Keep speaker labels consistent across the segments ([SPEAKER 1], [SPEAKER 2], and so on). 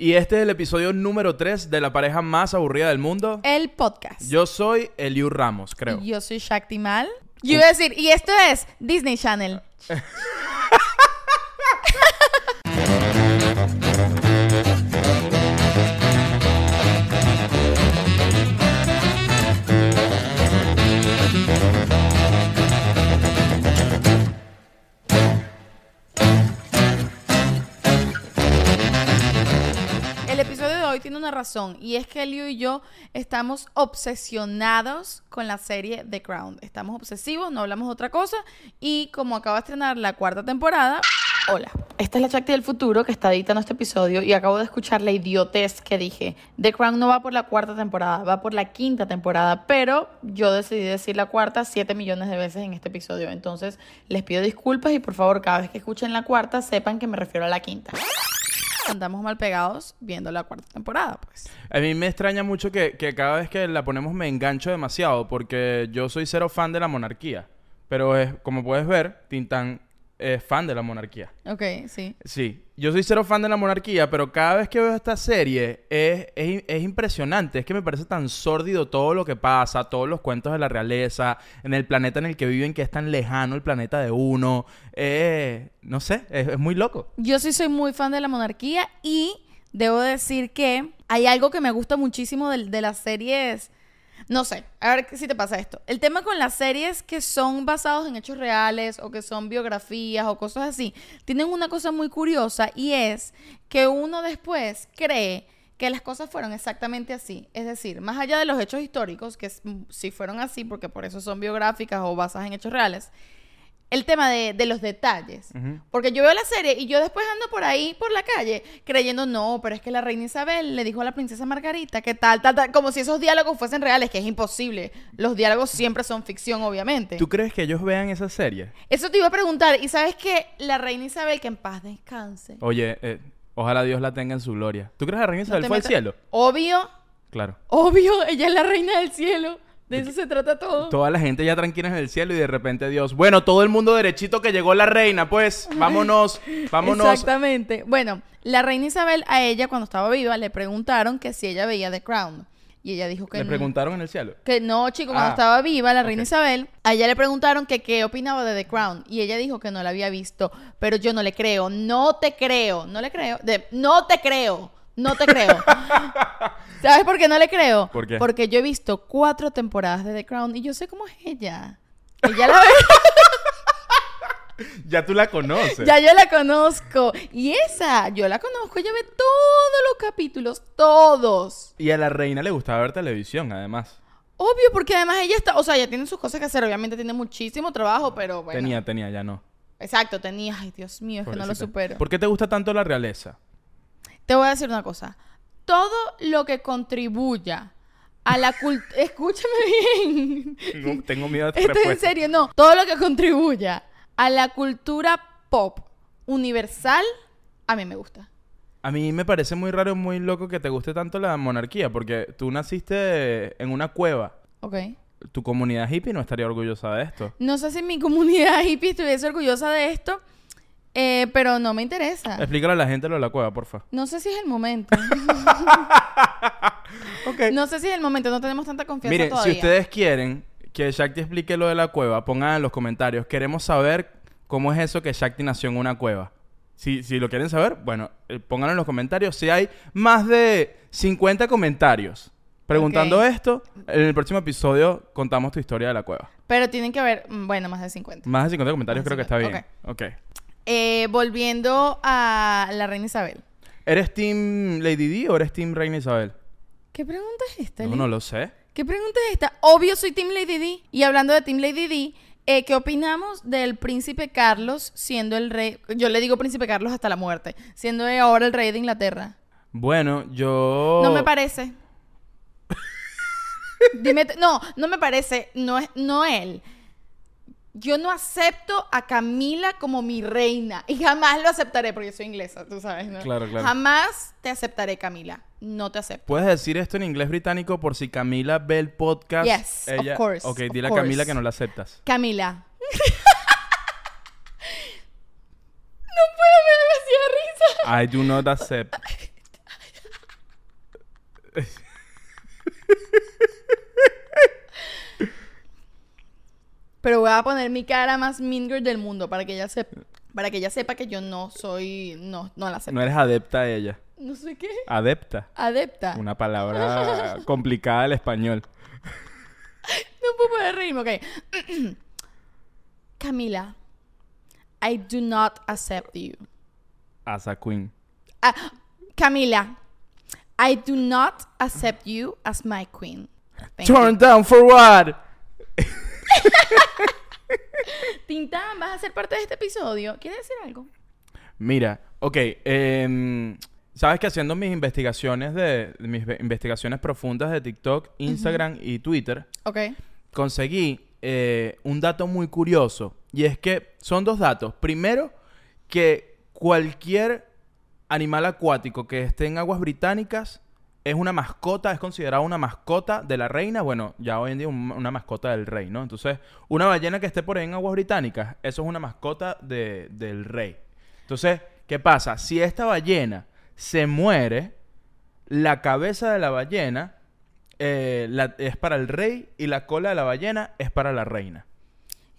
[SPEAKER 1] Y este es el episodio número 3 de la pareja más aburrida del mundo.
[SPEAKER 2] El podcast.
[SPEAKER 1] Yo soy Eliu Ramos, creo.
[SPEAKER 2] Yo soy Shakti Mal. Yo iba a decir, y esto es Disney Channel. El episodio de hoy tiene una razón y es que Liu y yo estamos obsesionados con la serie The Crown. Estamos obsesivos, no hablamos de otra cosa y como acaba de estrenar la cuarta temporada, hola. Esta es la Chakti del futuro que está editando este episodio y acabo de escuchar la idiotez que dije. The Crown no va por la cuarta temporada, va por la quinta temporada, pero yo decidí decir la cuarta 7 millones de veces en este episodio. Entonces les pido disculpas y por favor cada vez que escuchen la cuarta sepan que me refiero a la quinta andamos mal pegados viendo la cuarta temporada, pues.
[SPEAKER 1] A mí me extraña mucho que, que cada vez que la ponemos me engancho demasiado porque yo soy cero fan de la monarquía. Pero es, como puedes ver, Tintán es fan de la monarquía.
[SPEAKER 2] Ok, sí.
[SPEAKER 1] Sí, yo soy cero fan de la monarquía, pero cada vez que veo esta serie es, es- es impresionante. Es que me parece tan sórdido todo lo que pasa, todos los cuentos de la realeza, en el planeta en el que viven, que es tan lejano el planeta de uno. Eh, no sé, es, es muy loco.
[SPEAKER 2] Yo sí soy muy fan de la monarquía y debo decir que hay algo que me gusta muchísimo del- de, las series. No sé, a ver si te pasa esto. El tema con las series que son basados en hechos reales o que son biografías o cosas así, tienen una cosa muy curiosa y es que uno después cree que las cosas fueron exactamente así. Es decir, más allá de los hechos históricos, que s- sí fueron así porque por eso son biográficas o basadas en hechos reales, el tema de, de los detalles.
[SPEAKER 1] Ujú.
[SPEAKER 2] Porque yo veo la serie y yo después ando por ahí, por la calle, creyendo, no, pero es que la reina Isabel le dijo a la princesa Margarita que tal, tal, tal, como si esos diálogos fuesen reales, que es imposible. Los diálogos siempre son ficción, obviamente.
[SPEAKER 1] ¿Tú crees que ellos vean esa serie?
[SPEAKER 2] Eso te iba a preguntar, ¿y sabes que la reina Isabel, que en paz descanse?
[SPEAKER 1] Oye, eh, ojalá Dios la tenga en su gloria. ¿Tú crees que la reina
[SPEAKER 2] no
[SPEAKER 1] Isabel
[SPEAKER 2] te
[SPEAKER 1] fue al
[SPEAKER 2] metas-
[SPEAKER 1] cielo?
[SPEAKER 2] Obvio,
[SPEAKER 1] Claro.
[SPEAKER 2] obvio, ella es la reina del cielo. De eso se trata todo.
[SPEAKER 1] Toda la gente ya tranquila en el cielo y de repente Dios. Bueno, todo el mundo derechito que llegó la reina, pues. Vámonos, vámonos.
[SPEAKER 2] Exactamente. Bueno, la reina Isabel a ella cuando estaba viva le preguntaron que si ella veía The Crown. Y ella dijo que
[SPEAKER 1] Le
[SPEAKER 2] no.
[SPEAKER 1] preguntaron en el cielo.
[SPEAKER 2] Que no, chico, cuando
[SPEAKER 1] Ah,
[SPEAKER 2] estaba viva la reina
[SPEAKER 1] ok.
[SPEAKER 2] Isabel, a ella le preguntaron que qué opinaba de The Crown y ella dijo que no la había visto, pero yo no le creo, no te creo, no le creo, de- no te creo, no te creo. ¿Sabes por qué no le creo?
[SPEAKER 1] ¿Por qué?
[SPEAKER 2] Porque yo he visto cuatro temporadas de The Crown y yo sé cómo es ella. Ella la ve.
[SPEAKER 1] Ya tú la conoces.
[SPEAKER 2] Ya yo la conozco. Y esa, yo la conozco. Ella ve todos los capítulos, todos.
[SPEAKER 1] Y a la reina le gustaba ver televisión, además.
[SPEAKER 2] Obvio, porque además ella está, o sea, ella tiene sus cosas que hacer. Obviamente tiene muchísimo trabajo, pero bueno.
[SPEAKER 1] Tenía, tenía, ya no.
[SPEAKER 2] Exacto, tenía. Ay, Dios mío, es que no lo
[SPEAKER 1] Pobrecita.
[SPEAKER 2] supero.
[SPEAKER 1] ¿Por qué te gusta tanto la realeza?
[SPEAKER 2] Te voy a decir una cosa. Todo lo que contribuya a la cultura. Escúchame bien.
[SPEAKER 1] No, tengo miedo a tu
[SPEAKER 2] Esto es en
[SPEAKER 1] respuesta.
[SPEAKER 2] serio, no. Todo lo que contribuya a la cultura pop universal, a mí me gusta.
[SPEAKER 1] A mí me parece muy raro, muy loco que te guste tanto la monarquía, porque tú naciste en una cueva.
[SPEAKER 2] Ok.
[SPEAKER 1] Tu comunidad hippie no estaría orgullosa de esto.
[SPEAKER 2] No sé si mi comunidad hippie estuviese orgullosa de esto, eh, pero no me interesa.
[SPEAKER 1] Explícale a la gente lo de la cueva, porfa.
[SPEAKER 2] No sé si es el momento. No sé si es el momento. No tenemos tanta confianza
[SPEAKER 1] Miren,
[SPEAKER 2] todavía.
[SPEAKER 1] si ustedes quieren que Shakti explique lo de la cueva, pongan en los comentarios. Queremos saber cómo es eso que Shakti nació en una cueva. Si, si lo quieren saber, bueno, eh, pónganlo en los comentarios. Si hay más de 50 comentarios preguntando
[SPEAKER 2] Ok.
[SPEAKER 1] esto, en el próximo episodio contamos tu historia de la cueva.
[SPEAKER 2] Pero tienen que haber, mm, bueno, más de 50.
[SPEAKER 1] Más de 50 comentarios
[SPEAKER 2] Más de
[SPEAKER 1] creo que está
[SPEAKER 2] 50,
[SPEAKER 1] bien. ok.
[SPEAKER 2] Eh, volviendo a la reina Isabel.
[SPEAKER 1] ¿Eres Team Lady D o eres Team Reina Isabel?
[SPEAKER 2] ¿Qué pregunta es esta?
[SPEAKER 1] No,
[SPEAKER 2] Lee?
[SPEAKER 1] no lo sé.
[SPEAKER 2] ¿Qué pregunta es esta? Obvio soy Team Lady D. Y hablando de Team Lady D, eh, ¿qué opinamos del príncipe Carlos siendo el rey? Yo le digo príncipe Carlos hasta la muerte, siendo él ahora el rey de Inglaterra.
[SPEAKER 1] Bueno, yo...
[SPEAKER 2] No me parece. Dime, t- no, no me parece, no es, no él. Yo no acepto a Camila como mi reina y jamás lo aceptaré porque yo soy inglesa, tú sabes, ¿no?
[SPEAKER 1] Claro, claro.
[SPEAKER 2] Jamás te aceptaré, Camila. No te acepto.
[SPEAKER 1] ¿Puedes decir esto en inglés británico por si Camila ve el podcast?
[SPEAKER 2] Yes, of course,
[SPEAKER 1] Ok,
[SPEAKER 2] of
[SPEAKER 1] dile a
[SPEAKER 2] course.
[SPEAKER 1] Camila que no la aceptas.
[SPEAKER 2] Camila. no puedo, me da demasiada risa.
[SPEAKER 1] I do not accept.
[SPEAKER 2] Pero voy a poner mi cara más mean girl del mundo para que ella sepa, para que ella sepa que yo no soy, no, no la acepto.
[SPEAKER 1] No eres adepta a ella.
[SPEAKER 2] No sé qué.
[SPEAKER 1] Adepta.
[SPEAKER 2] Adepta.
[SPEAKER 1] Una palabra complicada del español.
[SPEAKER 2] No puedo poder reírme, ok. Camila, I do not accept you.
[SPEAKER 1] Asa Queen.
[SPEAKER 2] Ah, Camila, I do not accept you as my queen. Thank you.
[SPEAKER 1] Turn down for what?
[SPEAKER 2] Tintán, vas a ser parte de este episodio. ¿Quieres decir algo?
[SPEAKER 1] Mira, ok. em, Sabes que haciendo mis investigaciones de mis ve- investigaciones profundas de TikTok, Instagram y Twitter,
[SPEAKER 2] Ok.
[SPEAKER 1] conseguí eh, un dato muy curioso. Y es que son dos datos. Primero, que cualquier animal acuático que esté en aguas británicas es una mascota, es considerado una mascota de la reina. Bueno, ya hoy en día un- una mascota del rey, ¿no? Entonces, una ballena que esté por ahí en aguas británicas, eso es una mascota de- del rey. Entonces, ¿qué pasa? Si esta ballena se muere, la cabeza de la ballena eh, la- es para el rey y la cola de la ballena es para la reina.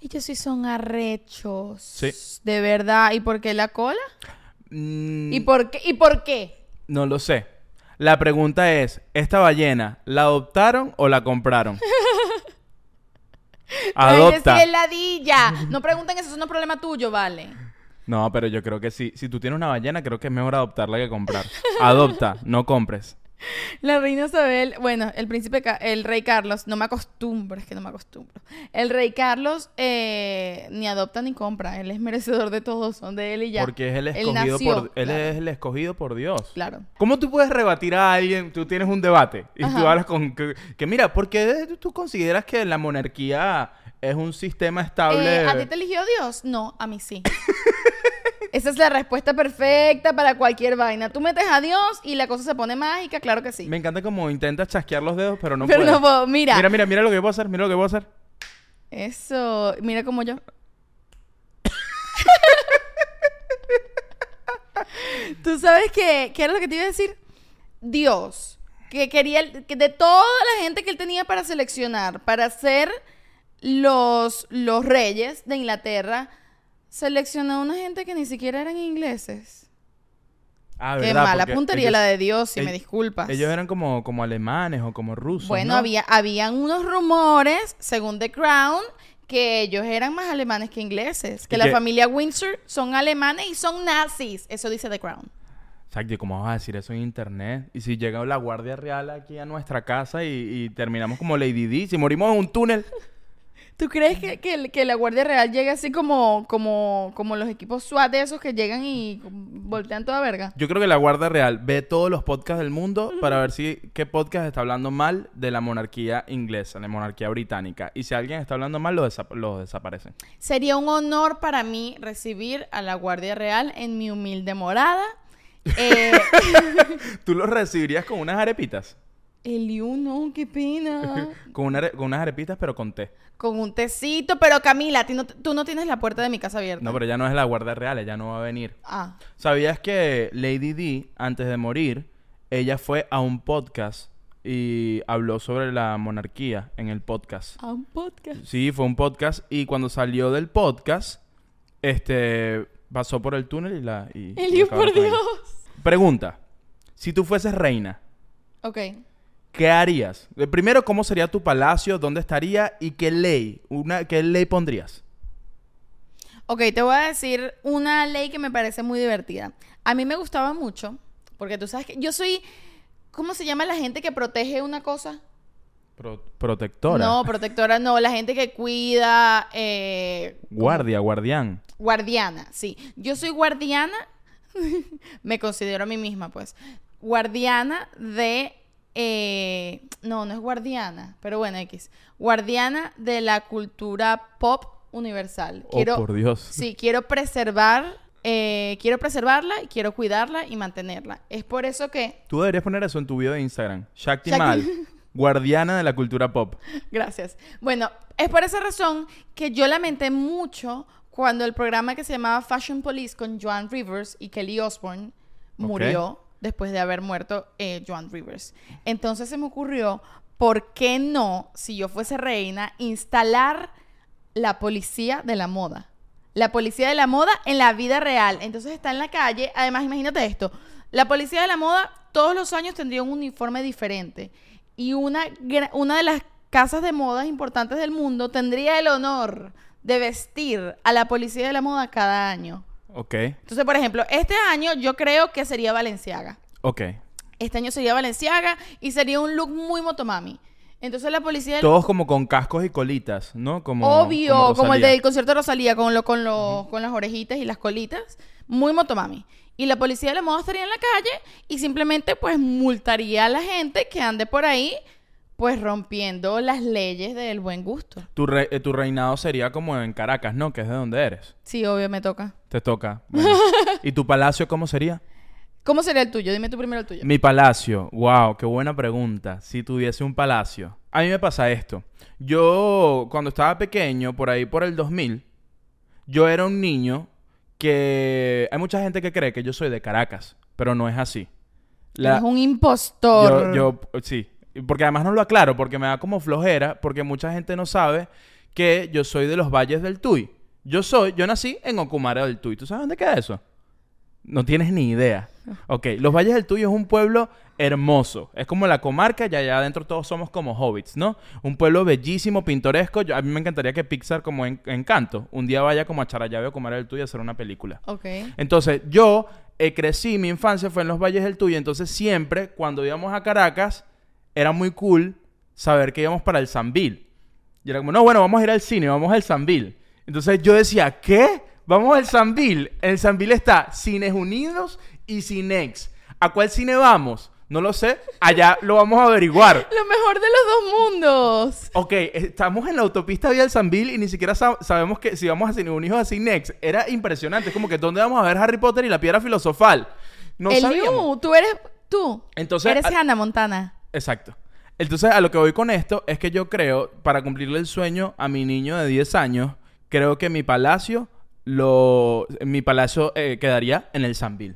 [SPEAKER 2] Ellos sí son arrechos.
[SPEAKER 1] Sí.
[SPEAKER 2] De verdad. ¿Y por qué la cola?
[SPEAKER 1] Mm,
[SPEAKER 2] ¿Y por qué? ¿Y por qué?
[SPEAKER 1] No lo sé. La pregunta es, ¿esta ballena la adoptaron o la compraron? Adopta.
[SPEAKER 2] Ay, es ladilla. No pregunten eso, eso no es problema tuyo, vale.
[SPEAKER 1] No, pero yo creo que sí. Si tú tienes una ballena, creo que es mejor adoptarla que comprar. Adopta, no compres.
[SPEAKER 2] La reina Isabel, bueno, el príncipe, Ca- el rey Carlos, no me acostumbro, es que no me acostumbro. El rey Carlos eh, ni adopta ni compra, él es merecedor de todos, son de él y ya.
[SPEAKER 1] Porque es el
[SPEAKER 2] Él
[SPEAKER 1] escogido
[SPEAKER 2] nació,
[SPEAKER 1] por él
[SPEAKER 2] claro.
[SPEAKER 1] es el escogido por Dios.
[SPEAKER 2] Claro.
[SPEAKER 1] ¿Cómo tú puedes rebatir a alguien? Tú tienes un debate y tú
[SPEAKER 2] Ajá.
[SPEAKER 1] hablas con... Que, que mira, ¿por qué tú consideras que la monarquía es un sistema estable?
[SPEAKER 2] Eh, ¿A ti te eligió Dios? No, a mí sí. Esa es la respuesta perfecta para cualquier vaina. Tú metes a Dios y la cosa se pone mágica, claro que sí.
[SPEAKER 1] Me encanta como intentas chasquear los dedos, pero no
[SPEAKER 2] Pero
[SPEAKER 1] puedes.
[SPEAKER 2] no puedo, mira.
[SPEAKER 1] Mira, mira, mira lo que yo puedo hacer, mira lo que puedo hacer.
[SPEAKER 2] Eso, mira como yo. Tú sabes que, ¿qué era lo que te iba a decir? Dios, que quería, el- que de toda la gente que él tenía para seleccionar, para ser los, los reyes de Inglaterra, seleccionó a una gente que ni siquiera eran ingleses.
[SPEAKER 1] Ah,
[SPEAKER 2] Qué
[SPEAKER 1] verdad,
[SPEAKER 2] mala
[SPEAKER 1] porque
[SPEAKER 2] puntería
[SPEAKER 1] ellos-
[SPEAKER 2] la de Dios, si
[SPEAKER 1] ell-
[SPEAKER 2] me disculpas.
[SPEAKER 1] Ellos eran como, como alemanes o como rusos,
[SPEAKER 2] Bueno,
[SPEAKER 1] ¿no?
[SPEAKER 2] había, habían unos rumores, según The Crown, que ellos eran más alemanes que ingleses. Que
[SPEAKER 1] Y
[SPEAKER 2] la
[SPEAKER 1] que-
[SPEAKER 2] familia Windsor son alemanes y son nazis. Eso dice The Crown.
[SPEAKER 1] Exacto, ¿y cómo vas a decir eso en internet? Y si llega la Guardia Real aquí a nuestra casa y, y terminamos como Lady D, si morimos en un túnel.
[SPEAKER 2] ¿Tú crees que, que el- que la Guardia Real llegue así como, como, como los equipos SWAT de esos que llegan y voltean toda verga?
[SPEAKER 1] Yo creo que la Guardia Real ve todos los podcasts del mundo para ver si qué podcast está hablando mal de la monarquía inglesa, la monarquía británica. Y si alguien está hablando mal, los desap- los desaparecen.
[SPEAKER 2] Sería un honor para mí recibir a la Guardia Real en mi humilde morada. Eh,
[SPEAKER 1] ¿Tú los recibirías con unas arepitas?
[SPEAKER 2] Eliu, no, qué pena.
[SPEAKER 1] Con, una are- con unas arepitas, pero con té.
[SPEAKER 2] Con un tecito, pero Camila, a ti no- tú no tienes la puerta de mi casa abierta.
[SPEAKER 1] No, pero ya no es la guardia real, ella no va a venir.
[SPEAKER 2] Ah,
[SPEAKER 1] ¿Sabías que Lady D, antes de morir, ella fue a un podcast y habló sobre la monarquía en el podcast?
[SPEAKER 2] a un podcast.
[SPEAKER 1] Sí, fue un podcast y cuando salió del podcast, este, pasó por el túnel y la... Y, y
[SPEAKER 2] Eliu,
[SPEAKER 1] acabaron
[SPEAKER 2] por
[SPEAKER 1] con ella.
[SPEAKER 2] Dios.
[SPEAKER 1] Pregunta, si tú fueses reina,
[SPEAKER 2] Ok.
[SPEAKER 1] ¿qué harías? Eh, Primero, ¿cómo sería tu palacio? ¿Dónde estaría? ¿Y qué ley? Una, ¿Qué ley pondrías?
[SPEAKER 2] Ok, te voy a decir una ley que me parece muy divertida. A mí me gustaba mucho, porque tú sabes que yo soy. ¿Cómo se llama la gente que protege una cosa?
[SPEAKER 1] Pro- protectora.
[SPEAKER 2] No, protectora no. La gente que cuida. eh,
[SPEAKER 1] Guardia, guardián.
[SPEAKER 2] Guardiana, sí. Yo soy guardiana, me considero a mí misma, pues. Guardiana de. eh, no, no es guardiana, pero bueno, X. Guardiana de la cultura pop universal. Quiero,
[SPEAKER 1] oh, por Dios.
[SPEAKER 2] Sí, quiero preservar. eh, quiero preservarla y quiero cuidarla y mantenerla. Es por eso que.
[SPEAKER 1] Tú deberías poner eso en tu video de Instagram. Shakti
[SPEAKER 2] Shakti-
[SPEAKER 1] Mal, guardiana de la cultura pop.
[SPEAKER 2] Gracias. Bueno, es por esa razón que yo lamenté mucho cuando el programa que se llamaba Fashion Police con Joan Rivers y Kelly Osbourne murió después de haber muerto eh, Joan Rivers. Entonces se me ocurrió, ¿por qué no, si yo fuese reina, instalar la policía de la moda? La policía de la moda en la vida real. Entonces está en la calle. Además, imagínate esto. La policía de la moda todos los años tendría un uniforme diferente. Y una, gra- una de las casas de modas importantes del mundo tendría el honor de vestir a la policía de la moda cada año.
[SPEAKER 1] Ok,
[SPEAKER 2] Entonces, por ejemplo, este año yo creo que sería Valenciaga.
[SPEAKER 1] ok.
[SPEAKER 2] Este año sería Valenciaga y sería un look muy motomami. Entonces la policía del-
[SPEAKER 1] Todos como con cascos y colitas, ¿no? Como,
[SPEAKER 2] Obvio, como, el
[SPEAKER 1] Rosalía.
[SPEAKER 2] del concierto de Rosalía, con, lo, con, los con las orejitas y las colitas. Muy motomami. Y la policía de la moda estaría en la calle y simplemente pues multaría a la gente que ande por ahí pues rompiendo las leyes del buen gusto.
[SPEAKER 1] Tu, re- eh, tu reinado sería como en Caracas, ¿no? Que es de donde eres.
[SPEAKER 2] Sí, obvio, me toca.
[SPEAKER 1] Te toca. Bueno. ¿Y tu palacio cómo sería?
[SPEAKER 2] ¿Cómo sería el tuyo? Dime tú primero el tuyo.
[SPEAKER 1] Mi palacio. Wow, qué buena pregunta. Si tuviese un palacio. A mí me pasa esto. Yo, cuando estaba pequeño, por ahí por el 2000, yo era un niño que... Hay mucha gente que cree que yo soy de Caracas, pero no es así. La-
[SPEAKER 2] Eres un impostor.
[SPEAKER 1] yo, yo- sí. Porque además no lo aclaro, porque me da como flojera, porque mucha gente no sabe que yo soy de los valles del Tuy. Yo soy, yo nací en Ocumare del Tuy. ¿Tú sabes dónde queda eso? No tienes ni idea. Ok, los Valles del Tuy es un pueblo hermoso. Es como la comarca y allá adentro todos somos como hobbits, ¿no? Un pueblo bellísimo, pintoresco. Yo- a mí me encantaría que Pixar, como en, Encanto, un día vaya como a Charallave o Ocumare del Tuy a hacer una película.
[SPEAKER 2] Ok.
[SPEAKER 1] Entonces, yo eh, crecí, mi infancia fue en los valles del Tuy, entonces siempre cuando íbamos a Caracas era muy cool saber que íbamos para el Sambil. Y era como, no, bueno, vamos a ir al cine, vamos al Sambil. Entonces yo decía, ¿qué? Vamos al Sambil. El Sambil está Cines Unidos y Cinex. ¿A cuál cine vamos? No lo sé, allá lo vamos a averiguar.
[SPEAKER 2] Lo mejor de los dos mundos.
[SPEAKER 1] Ok, estamos en la autopista vía el Sambil y ni siquiera sa- sabemos que si vamos a Cine Unidos o a Cinex. Era impresionante. Es como que ¿dónde vamos a ver Harry Potter y la piedra filosofal? No
[SPEAKER 2] el
[SPEAKER 1] sabíamos.
[SPEAKER 2] Liu, tú eres tú.
[SPEAKER 1] Entonces,
[SPEAKER 2] eres
[SPEAKER 1] a-
[SPEAKER 2] Hannah Montana.
[SPEAKER 1] Exacto. Entonces, a lo que voy con esto es que yo creo, para cumplirle el sueño a mi niño de 10 años, creo que mi palacio lo... Mi palacio eh, quedaría en el Sambil.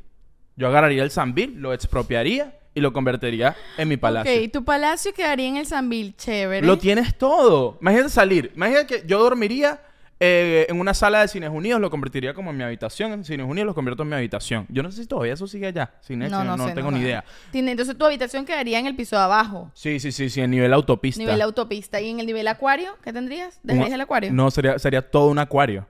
[SPEAKER 1] Yo agarraría el Sambil, lo expropiaría y lo convertiría en mi palacio.
[SPEAKER 2] Ok, tu palacio quedaría en el Sambil, chévere.
[SPEAKER 1] Lo tienes todo. Imagínate salir. Imagínate que yo dormiría eh, en una sala de Cines Unidos, lo convertiría como en mi habitación. En Cines Unidos lo convierto en mi habitación. Yo no sé si todavía eso sigue allá. Cines,
[SPEAKER 2] no,
[SPEAKER 1] Cines,
[SPEAKER 2] no,
[SPEAKER 1] no,
[SPEAKER 2] sé,
[SPEAKER 1] tengo
[SPEAKER 2] no
[SPEAKER 1] ni
[SPEAKER 2] sé.
[SPEAKER 1] idea.
[SPEAKER 2] Tiene- entonces tu habitación quedaría en el piso de abajo,
[SPEAKER 1] Sí, sí, sí, sí, en nivel autopista.
[SPEAKER 2] nivel autopista. ¿Y en el nivel acuario? ¿Qué tendrías?
[SPEAKER 1] Como-
[SPEAKER 2] ¿Dejarías el acuario?
[SPEAKER 1] No, sería, sería todo un acuario.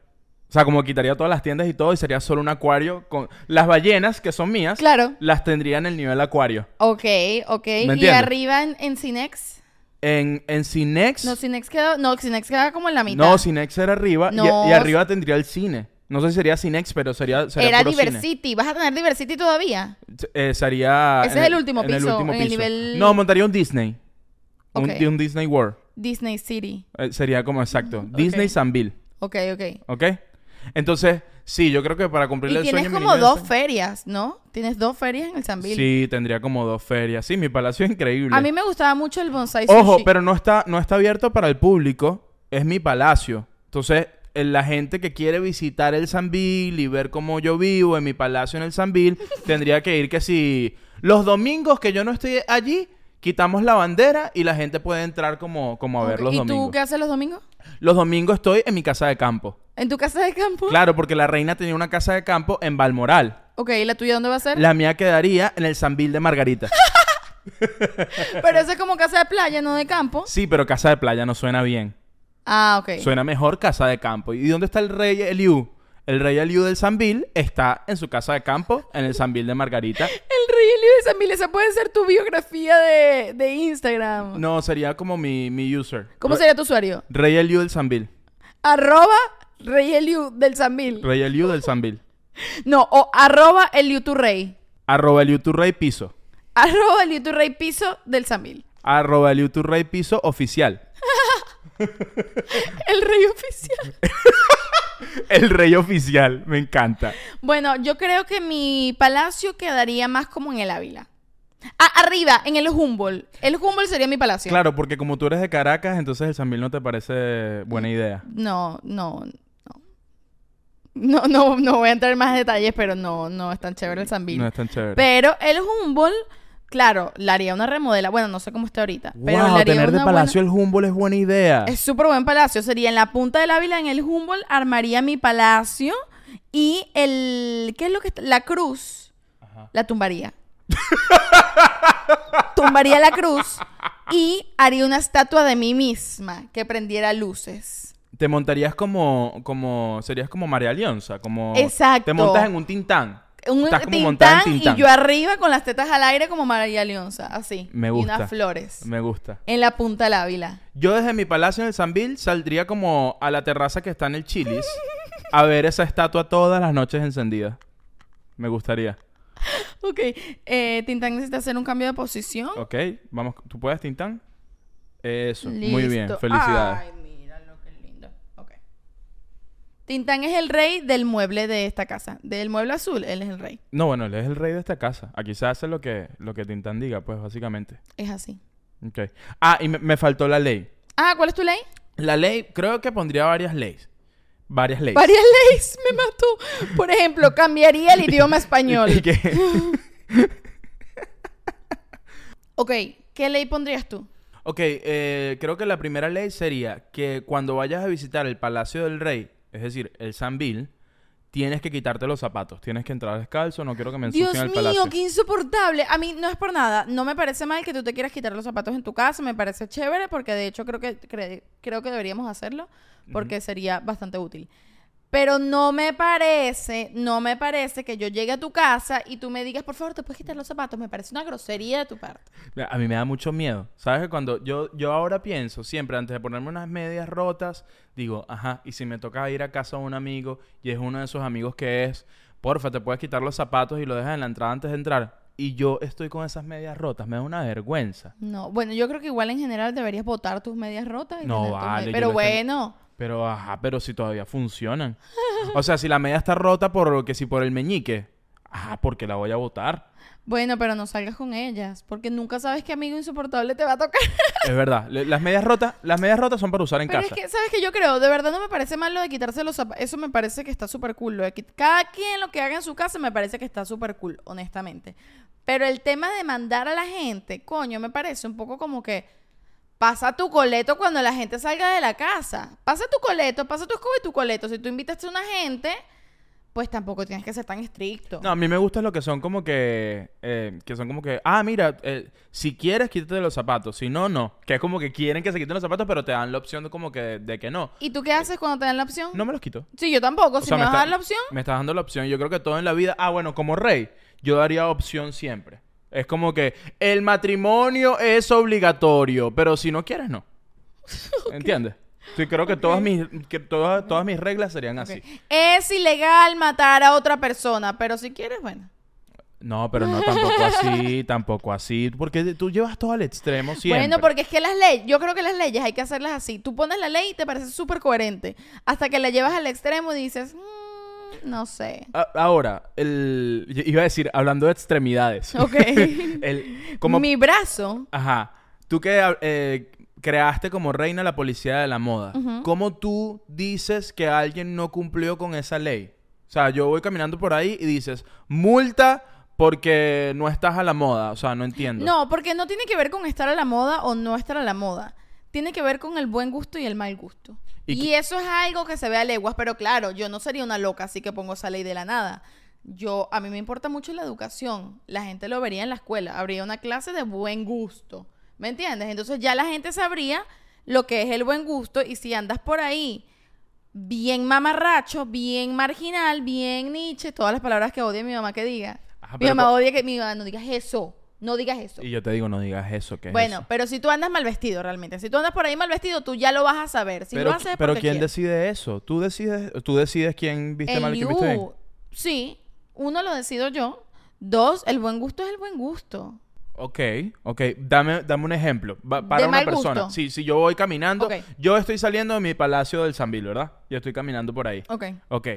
[SPEAKER 1] O sea, como quitaría todas las tiendas y todo y sería solo un acuario con... Las ballenas, que son mías,
[SPEAKER 2] Claro.
[SPEAKER 1] las tendría en el nivel acuario.
[SPEAKER 2] Ok, ok. ¿Y
[SPEAKER 1] entiendes?
[SPEAKER 2] arriba en, en Cinex?
[SPEAKER 1] En, en Cinex...
[SPEAKER 2] No, Cinex queda, no, Cinex queda como en la mitad.
[SPEAKER 1] no, Cinex era arriba y-
[SPEAKER 2] No.
[SPEAKER 1] y, arriba tendría el cine. No sé si sería Cinex, pero sería... sería
[SPEAKER 2] Era
[SPEAKER 1] puro cine.
[SPEAKER 2] Diversity. ¿Vas a tener Diversity todavía?
[SPEAKER 1] Eh, sería.
[SPEAKER 2] Ese
[SPEAKER 1] en
[SPEAKER 2] es el último piso, en el nivel-
[SPEAKER 1] No, montaría un Disney. Un-
[SPEAKER 2] Ok.
[SPEAKER 1] Un, Disney World.
[SPEAKER 2] Disney City.
[SPEAKER 1] Eh, sería como exacto.
[SPEAKER 2] ok.
[SPEAKER 1] Disney Sanville.
[SPEAKER 2] Ok, ok.
[SPEAKER 1] ¿Ok? Entonces, sí, yo creo que para cumplir
[SPEAKER 2] Y
[SPEAKER 1] el
[SPEAKER 2] tienes
[SPEAKER 1] sueño. mi
[SPEAKER 2] como
[SPEAKER 1] niño
[SPEAKER 2] dos
[SPEAKER 1] es-
[SPEAKER 2] ferias, ¿no? Tienes dos ferias en el Sambil.
[SPEAKER 1] Sí, tendría como dos ferias. Sí, mi palacio es increíble.
[SPEAKER 2] A mí me gustaba mucho el bonsai
[SPEAKER 1] Ojo,
[SPEAKER 2] sushi.
[SPEAKER 1] pero no está, no está abierto para el público. Es mi palacio. Entonces, eh, la gente que quiere visitar el Sambil y ver cómo yo vivo en mi palacio en el Sambil, tendría que ir que si los domingos que yo no estoy allí, quitamos la bandera y la gente puede entrar como, como a ver
[SPEAKER 2] Ok,
[SPEAKER 1] los
[SPEAKER 2] ¿Y
[SPEAKER 1] domingos.
[SPEAKER 2] tú qué ¿Ah? haces los domingos?
[SPEAKER 1] Los domingos estoy en mi casa de campo.
[SPEAKER 2] ¿En tu casa de campo?
[SPEAKER 1] Claro, porque la reina tenía una casa de campo en Balmoral.
[SPEAKER 2] Ok, ¿y la tuya dónde va a ser?
[SPEAKER 1] La mía quedaría en el Sambil de Margarita.
[SPEAKER 2] Pero eso es como casa de playa, no de campo.
[SPEAKER 1] Sí, pero casa de playa no suena bien.
[SPEAKER 2] Ah, ok.
[SPEAKER 1] Suena mejor casa de campo. ¿Y dónde está el rey Eliú? El rey Eliú del Sambil está en su casa de campo, en el Sambil de Margarita.
[SPEAKER 2] El rey Elio de San Miguel, esa puede ser tu biografía de, de Instagram.
[SPEAKER 1] No, sería como mi, mi user.
[SPEAKER 2] ¿Cómo
[SPEAKER 1] Re-
[SPEAKER 2] sería tu usuario?
[SPEAKER 1] Rey Eliú del Sambil.
[SPEAKER 2] Arroba Rey Eliu del San Miguel.
[SPEAKER 1] Rey Eliú del Sambil.
[SPEAKER 2] No, o arroba Eliu tu rey.
[SPEAKER 1] Arroba Eliú tu rey piso.
[SPEAKER 2] Arroba Eliu tu rey piso del San Miguel.
[SPEAKER 1] Arroba Eliú tu rey piso oficial.
[SPEAKER 2] El rey oficial.
[SPEAKER 1] El rey oficial, me encanta.
[SPEAKER 2] Bueno, yo creo que mi palacio quedaría más como en el Ávila. Ah, arriba, en el Humboldt. El Humboldt sería mi palacio.
[SPEAKER 1] Claro, porque como tú eres de Caracas, entonces el Sambil no te parece buena idea.
[SPEAKER 2] No, no, no. No, no, no voy a entrar en más detalles, pero no, no es tan chévere el Zambil.
[SPEAKER 1] No es tan chévere.
[SPEAKER 2] Pero el Humboldt, claro, le haría una remodela. Bueno, no sé cómo está ahorita. Pero le
[SPEAKER 1] wow,
[SPEAKER 2] haría
[SPEAKER 1] tener de
[SPEAKER 2] una
[SPEAKER 1] palacio el Humboldt es buena idea.
[SPEAKER 2] buena- Es súper buen palacio. Sería en la punta del Ávila, en el Humboldt, armaría mi palacio y el... ¿Qué es lo que está? La cruz. La tumbaría. tumbaría la cruz y haría una estatua de mí misma que prendiera luces.
[SPEAKER 1] Te montarías como, como, serías como María Alianza, como...
[SPEAKER 2] Exacto.
[SPEAKER 1] Te montas en un tintán.
[SPEAKER 2] un
[SPEAKER 1] Estás como montada
[SPEAKER 2] tintán,
[SPEAKER 1] en tintán.
[SPEAKER 2] y yo arriba con las tetas al aire como María Leonza, así.
[SPEAKER 1] Me
[SPEAKER 2] Y
[SPEAKER 1] gusta.
[SPEAKER 2] unas flores.
[SPEAKER 1] Me gusta.
[SPEAKER 2] En la punta del Ávila.
[SPEAKER 1] Yo desde mi palacio en el Sanville saldría como a la terraza que está en el Chilis a ver esa estatua todas las noches encendida. Me gustaría.
[SPEAKER 2] Ok. Eh, Tintán necesita hacer un cambio de posición.
[SPEAKER 1] Ok, vamos. ¿Tú puedes, Tintán? Eso,
[SPEAKER 2] Listo.
[SPEAKER 1] muy bien, felicidades.
[SPEAKER 2] Ay, mira lo que lindo. Ok. Tintán es el rey del mueble de esta casa. Del mueble azul, él es el rey.
[SPEAKER 1] No, bueno, él es el rey de esta casa. Aquí se hace lo que, lo que Tintán diga, pues, básicamente.
[SPEAKER 2] Es así.
[SPEAKER 1] Ok. Ah, y me, me faltó la ley.
[SPEAKER 2] Ah, ¿cuál es tu ley?
[SPEAKER 1] La ley, creo que pondría varias leyes. Varias leyes.
[SPEAKER 2] Varias leyes me mató. Por ejemplo, cambiaría el idioma español.
[SPEAKER 1] Y que-
[SPEAKER 2] Ok, ¿qué ley pondrías tú?
[SPEAKER 1] Ok, eh, creo que la primera ley sería que cuando vayas a visitar el Palacio del Rey, es decir, el Sanville, tienes que quitarte los zapatos. Tienes que entrar descalzo, no quiero que me ensucien
[SPEAKER 2] Dios
[SPEAKER 1] el
[SPEAKER 2] mío,
[SPEAKER 1] palacio.
[SPEAKER 2] qué insoportable. A mí no es por nada. No me parece mal que tú te quieras quitar los zapatos en tu casa. Me parece chévere porque de hecho creo que, cre- creo que deberíamos hacerlo porque sería bastante útil. Pero no me parece, no me parece que yo llegue a tu casa y tú me digas, por favor, te puedes quitar los zapatos. Me parece una grosería de tu parte.
[SPEAKER 1] Mira, A mí me da mucho miedo. ¿Sabes que cuando yo, yo ahora pienso, siempre antes de ponerme unas medias rotas, digo, ajá, y si me toca ir a casa de un amigo y es uno de esos amigos que es, porfa, te puedes quitar los zapatos y lo dejas en la entrada antes de entrar. Y yo estoy con esas medias rotas, me da una vergüenza.
[SPEAKER 2] No, bueno, yo creo que igual en general deberías botar tus medias rotas. y
[SPEAKER 1] No,
[SPEAKER 2] tener tus
[SPEAKER 1] vale,
[SPEAKER 2] medias-
[SPEAKER 1] yo
[SPEAKER 2] Pero
[SPEAKER 1] las ten-
[SPEAKER 2] bueno,
[SPEAKER 1] Pero, ajá, pero si todavía funcionan. O sea, si la media está rota por que si por el meñique, ajá, porque la voy a botar.
[SPEAKER 2] bueno, pero no salgas con ellas porque nunca sabes qué amigo insoportable te va a tocar.
[SPEAKER 1] Es verdad. le- Las medias rotas, las medias rotas son para usar en
[SPEAKER 2] Pero
[SPEAKER 1] casa.
[SPEAKER 2] es que, ¿sabes qué? Yo creo, de verdad no me parece mal lo de quitarse los zapatos. Eso me parece que está súper cool. lo de quit- Cada quien lo que haga en su casa me parece que está súper cool, honestamente. Pero el tema de mandar a la gente, coño, me parece un poco como que pasa tu coleto cuando la gente salga de la casa. Pasa tu coleto, pasa tu escoba y tu coleto. Si tú invitaste a una gente, pues tampoco tienes que ser tan estricto.
[SPEAKER 1] No, a mí me gusta lo que son como que. eh, que son como que. Ah, mira, eh, si quieres, quítate los zapatos. Si no, no. Que es como que quieren que se quiten los zapatos, pero te dan la opción de como que de, que no.
[SPEAKER 2] ¿Y tú qué haces cuando te dan la opción?
[SPEAKER 1] No me los quito.
[SPEAKER 2] Sí, yo tampoco.
[SPEAKER 1] O
[SPEAKER 2] si
[SPEAKER 1] sea,
[SPEAKER 2] me, vas
[SPEAKER 1] está-
[SPEAKER 2] a dar la opción,
[SPEAKER 1] Me estás dando la opción. Yo creo que todo en la vida. Ah, bueno, como rey, yo daría opción siempre. Es como que el matrimonio es obligatorio, pero si no quieres, no. ¿Entiendes? Sí, creo que todas mis que todas, todas mis reglas serían
[SPEAKER 2] ok.
[SPEAKER 1] así.
[SPEAKER 2] es ilegal matar a otra persona, pero si quieres, bueno.
[SPEAKER 1] No, pero no tampoco así, tampoco así, porque tú llevas todo al extremo siempre.
[SPEAKER 2] Bueno, porque es que las leyes, yo creo que las leyes hay que hacerlas así. Tú pones la ley y te parece súper coherente. Hasta que la llevas al extremo y dices, "Mm, no sé.
[SPEAKER 1] A- Ahora, el yo iba a decir hablando de extremidades.
[SPEAKER 2] Ok.
[SPEAKER 1] El- como
[SPEAKER 2] Mi brazo.
[SPEAKER 1] Ajá. Tú que eh, creaste como reina la policía de la moda, ¿cómo tú dices que alguien no cumplió con esa ley? O sea, yo voy caminando por ahí y dices, multa porque no estás a la moda. O sea, no entiendo.
[SPEAKER 2] No, porque no tiene que ver con estar a la moda o no estar a la moda. Tiene que ver con el buen gusto y el mal gusto.
[SPEAKER 1] ¿Y
[SPEAKER 2] Y, eso es algo que se ve a leguas, pero claro, yo no sería una loca, así que pongo esa ley de la nada. Yo, a mí me importa mucho la educación. La gente lo vería en la escuela. Habría una clase de buen gusto. ¿Me entiendes? Entonces ya la gente sabría lo que es el buen gusto y si andas por ahí bien mamarracho, bien marginal, bien niche, todas las palabras que odia mi mamá que diga.
[SPEAKER 1] Ajá,
[SPEAKER 2] mi
[SPEAKER 1] pero
[SPEAKER 2] mamá
[SPEAKER 1] cu-
[SPEAKER 2] odia que mi mamá no digas eso, no digas eso.
[SPEAKER 1] Y yo te digo, no digas eso, que es
[SPEAKER 2] Bueno,
[SPEAKER 1] eso?
[SPEAKER 2] pero si tú andas mal vestido realmente, si tú andas por ahí mal vestido, tú ya lo vas a saber. Si
[SPEAKER 1] pero,
[SPEAKER 2] lo haces es
[SPEAKER 1] pero
[SPEAKER 2] porque
[SPEAKER 1] ¿quién
[SPEAKER 2] quieres.
[SPEAKER 1] decide eso? ¿Tú decides, tú decides quién viste mal y quién viste bien?
[SPEAKER 2] Eliú. Sí, uno lo decido yo. Dos, el buen gusto es el buen gusto.
[SPEAKER 1] Ok, ok. Dame, dame un ejemplo. Va- para
[SPEAKER 2] De
[SPEAKER 1] una
[SPEAKER 2] mal
[SPEAKER 1] persona.
[SPEAKER 2] gusto.
[SPEAKER 1] Sí, si yo voy caminando.
[SPEAKER 2] Ok.
[SPEAKER 1] Yo estoy saliendo de mi palacio del Sambil, ¿verdad? Yo estoy caminando por ahí.
[SPEAKER 2] Ok.
[SPEAKER 1] Ok.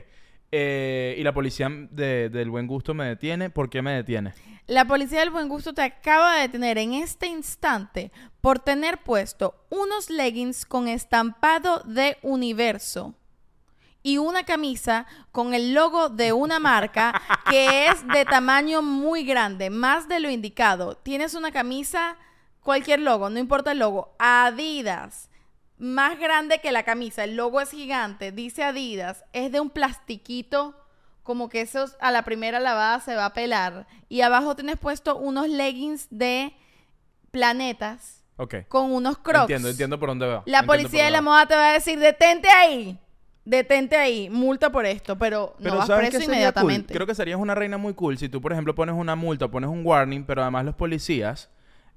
[SPEAKER 1] Eh, y la policía de- del buen gusto me detiene. ¿Por qué me detiene?
[SPEAKER 2] La policía del buen gusto te acaba de detener en este instante por tener puesto unos leggings con estampado de universo y una camisa con el logo de una marca que es de tamaño muy grande, más de lo indicado. Tienes una camisa, cualquier logo, no importa el logo, Adidas. Más grande que la camisa, el logo es gigante, dice Adidas, es de un plastiquito como que eso a la primera lavada se va a pelar. Y abajo tienes puesto unos leggings de planetas
[SPEAKER 1] Ok.
[SPEAKER 2] con unos crocs.
[SPEAKER 1] Entiendo, entiendo por dónde va.
[SPEAKER 2] La
[SPEAKER 1] Entiendo por
[SPEAKER 2] policía de
[SPEAKER 1] dónde
[SPEAKER 2] la
[SPEAKER 1] va.
[SPEAKER 2] moda te va a decir, detente ahí, detente ahí, multa por esto, pero, no vas
[SPEAKER 1] ¿sabes qué
[SPEAKER 2] preso
[SPEAKER 1] sería cool?
[SPEAKER 2] inmediatamente.
[SPEAKER 1] Creo que serías una reina muy cool si tú, por ejemplo, pones una multa, pones un warning, pero además los policías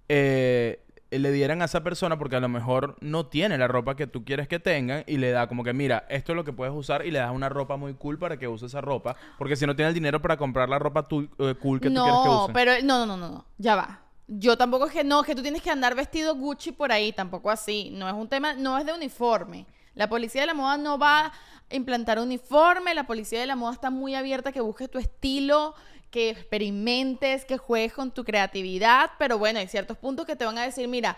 [SPEAKER 1] eh, le dieran a esa persona porque a lo mejor no tiene la ropa que tú quieres que tengan y le da como que, mira, esto es lo que puedes usar y le das una ropa muy cool para que use esa ropa. Porque si no tiene el dinero para comprar la ropa tú- eh, cool que tú quieres que
[SPEAKER 2] no,
[SPEAKER 1] use.
[SPEAKER 2] pero no, no, no, no, no, ya va. Yo tampoco es que no, es que tú tienes que andar vestido Gucci por ahí, tampoco así. No es un tema, no es de uniforme. La policía de la moda no va a implantar uniforme, la policía de la moda está muy abierta a que busques tu estilo, que experimentes, que juegues con tu creatividad, pero bueno, hay ciertos puntos que te van a decir, mira,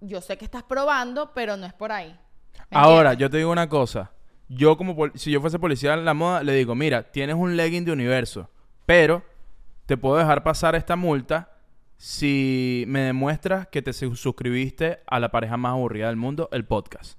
[SPEAKER 2] yo sé que estás probando, pero no es por ahí. ¿Me
[SPEAKER 1] Ahora, yo te digo una cosa. Yo como pol- si yo fuese policía en la moda, le digo, mira, tienes un legging de universo, pero te puedo dejar pasar esta multa si me demuestras que te su- suscribiste a la pareja más aburrida del mundo, el podcast.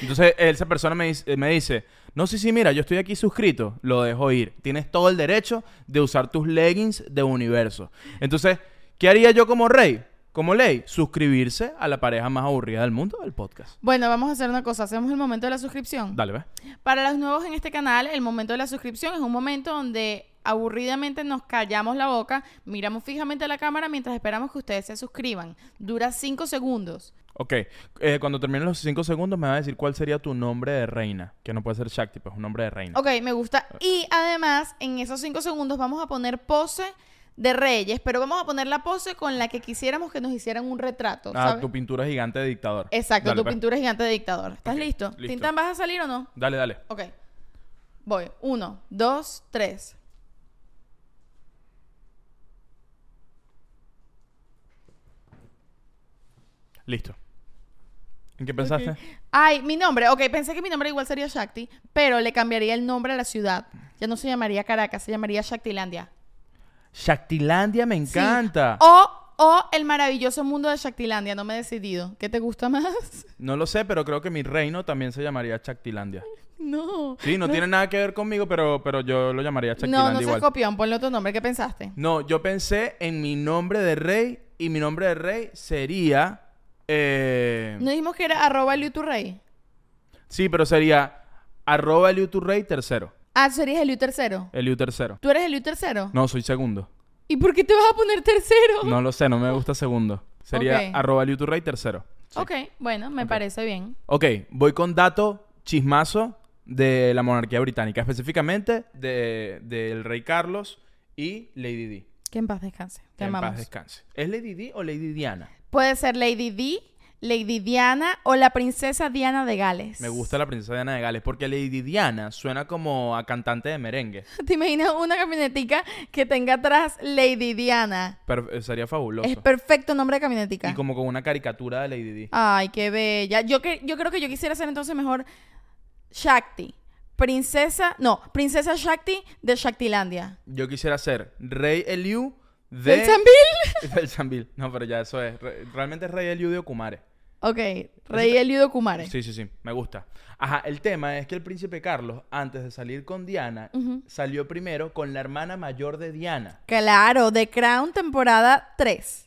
[SPEAKER 1] Entonces esa persona me dice, me dice, no, sí, sí, mira, yo estoy aquí suscrito, lo dejo ir. Tienes todo el derecho de usar tus leggings de universo. Entonces, ¿qué haría yo como rey? Como ley, suscribirse a la pareja más aburrida del mundo, el podcast.
[SPEAKER 2] Bueno, vamos a hacer una cosa. Hacemos el momento de la suscripción.
[SPEAKER 1] Dale, ve.
[SPEAKER 2] Para los nuevos en este canal, el momento de la suscripción es un momento donde aburridamente nos callamos la boca, miramos fijamente a la cámara mientras esperamos que ustedes se suscriban. Dura 5 segundos.
[SPEAKER 1] Ok, eh, cuando terminen los 5 segundos me vas a decir cuál sería tu nombre de reina. Que no puede ser Shakti, pues un nombre de reina.
[SPEAKER 2] Ok, me gusta. Y además, en esos 5 segundos vamos a poner pose de reyes, pero vamos a poner la pose con la que quisiéramos que nos hicieran un retrato.
[SPEAKER 1] ah,
[SPEAKER 2] ¿sabes?
[SPEAKER 1] tu pintura gigante de dictador.
[SPEAKER 2] Exacto,
[SPEAKER 1] Dale,
[SPEAKER 2] tu
[SPEAKER 1] pues.
[SPEAKER 2] pintura gigante de dictador. ¿Estás
[SPEAKER 1] Ok,
[SPEAKER 2] listo?
[SPEAKER 1] listo.
[SPEAKER 2] ¿Tintán vas a salir o no?
[SPEAKER 1] Dale, dale.
[SPEAKER 2] Ok. Voy. Uno, dos, tres.
[SPEAKER 1] Listo. ¿En qué pensaste?
[SPEAKER 2] Ay, mi nombre. Ok, pensé que mi nombre igual sería Shakti, pero le cambiaría el nombre a la ciudad. Ya no se llamaría Caracas, se llamaría Shaktilandia.
[SPEAKER 1] Shaktilandia me
[SPEAKER 2] Sí. Oh.
[SPEAKER 1] encanta.
[SPEAKER 2] O, o el maravilloso mundo de Shaktilandia, no me he decidido. ¿Qué te gusta más?
[SPEAKER 1] No lo sé, pero creo que mi reino también se llamaría Shaktilandia.
[SPEAKER 2] No.
[SPEAKER 1] Sí, no, tiene nada que ver conmigo, pero, pero yo lo llamaría Shaktilandia
[SPEAKER 2] No, no seas
[SPEAKER 1] igual.
[SPEAKER 2] copión, ponle otro nombre. ¿Qué pensaste?
[SPEAKER 1] No, yo pensé en mi nombre de rey y mi nombre de rey sería... eh,
[SPEAKER 2] No dijimos que era arroba Eliu tu rey.
[SPEAKER 1] Sí, pero sería arroba Eliuturrey tercero.
[SPEAKER 2] Ah, tú serías Eliu tercero.
[SPEAKER 1] Eliu tercero.
[SPEAKER 2] ¿Tú eres Eliu tercero?
[SPEAKER 1] No, soy segundo.
[SPEAKER 2] ¿Y por qué te vas a poner tercero?
[SPEAKER 1] No lo sé, no me gusta segundo. Sería
[SPEAKER 2] Ok.
[SPEAKER 1] arroba liuturrey tercero. Sí.
[SPEAKER 2] Ok, bueno, me parece bien.
[SPEAKER 1] Ok, voy con dato chismazo de la monarquía británica, específicamente de- del rey Carlos y Lady Di.
[SPEAKER 2] Que en paz descanse. Te
[SPEAKER 1] en
[SPEAKER 2] amamos.
[SPEAKER 1] paz descanse. ¿Es Lady Di o Lady Diana?
[SPEAKER 2] Puede ser Lady Di, Lady Diana o la princesa Diana de Gales.
[SPEAKER 1] Me gusta la princesa Diana de Gales porque Lady Diana suena como a cantante de merengue.
[SPEAKER 2] ¿Te imaginas una camionetica que tenga atrás Lady Diana?
[SPEAKER 1] Pero, eh, sería fabuloso.
[SPEAKER 2] Es perfecto nombre de camionetica.
[SPEAKER 1] Y como con una caricatura de Lady Di.
[SPEAKER 2] Ay, qué bella. Yo, que, yo creo que yo quisiera ser entonces mejor Shakti. Princesa, no, princesa Shakti de Shaktilandia.
[SPEAKER 1] Yo quisiera ser Rey Eliu de...
[SPEAKER 2] ¿Del Chambil?
[SPEAKER 1] Del Chambil. No, pero ya eso es. Re- Realmente es Rey Eliu de Okumare.
[SPEAKER 2] Ok, Rey Eliudo Kumare.
[SPEAKER 1] Sí, sí, sí. Me gusta. Ajá, el tema es que el príncipe Carlos, antes de salir con Diana, salió primero con la hermana mayor de Diana.
[SPEAKER 2] Claro, The Crown temporada 3.
[SPEAKER 1] Sí.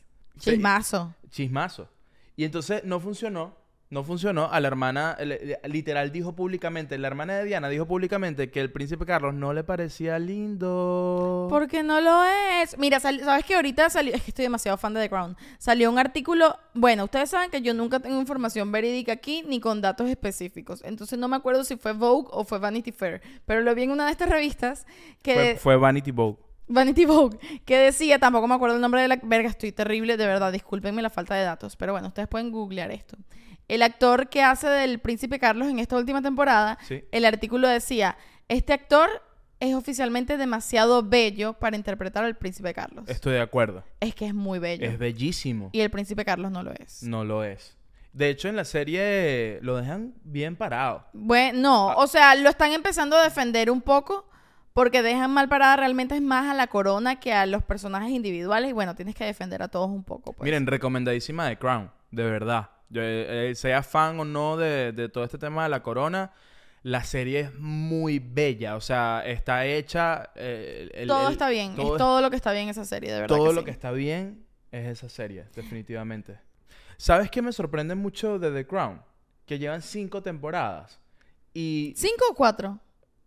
[SPEAKER 2] Chismazo.
[SPEAKER 1] Chismazo. Y entonces no funcionó. No funcionó. A la hermana, le- le- literal, dijo públicamente, la hermana de Diana dijo públicamente que el príncipe Carlos no le parecía lindo.
[SPEAKER 2] Porque no lo es. Mira, sal- sabes que ahorita salió, es que estoy demasiado fan de The Crown. Salió un artículo, bueno, ustedes saben que yo nunca tengo información verídica aquí ni con datos específicos. Entonces no me acuerdo si fue Vogue o fue Vanity Fair, pero lo vi en una de estas revistas que
[SPEAKER 1] Fue, fue Vanity Vogue.
[SPEAKER 2] Vanity Vogue que decía, tampoco me acuerdo el nombre de la verga, estoy terrible, de verdad, discúlpenme la falta de datos, pero bueno, ustedes pueden googlear esto. El actor que hace del príncipe Carlos en esta última temporada,
[SPEAKER 1] Sí.
[SPEAKER 2] el artículo decía, este actor es oficialmente demasiado bello para interpretar al príncipe Carlos.
[SPEAKER 1] Estoy de acuerdo.
[SPEAKER 2] Es que es muy bello.
[SPEAKER 1] Es bellísimo.
[SPEAKER 2] Y el príncipe Carlos no lo es.
[SPEAKER 1] No lo es. De hecho, en la serie lo dejan bien parado.
[SPEAKER 2] Bueno,
[SPEAKER 1] Ah.
[SPEAKER 2] no, o sea, lo están empezando a defender un poco porque dejan mal parada realmente es más a la corona que a los personajes individuales y bueno, tienes que defender a todos un poco. Pues.
[SPEAKER 1] Miren, recomendadísima de Crown, de verdad. Yo, eh, eh, sea fan o no de, de todo este tema de la corona, la serie es muy bella. O sea, está hecha. eh, el-
[SPEAKER 2] todo
[SPEAKER 1] el-
[SPEAKER 2] está bien,
[SPEAKER 1] Todo,
[SPEAKER 2] es
[SPEAKER 1] es-
[SPEAKER 2] todo lo que está bien en esa serie, de verdad.
[SPEAKER 1] todo
[SPEAKER 2] que
[SPEAKER 1] lo
[SPEAKER 2] sí.
[SPEAKER 1] que está bien es esa serie, definitivamente. ¿Sabes qué me sorprende mucho de The Crown? Que llevan cinco temporadas. Y.
[SPEAKER 2] ¿Cinco o cuatro?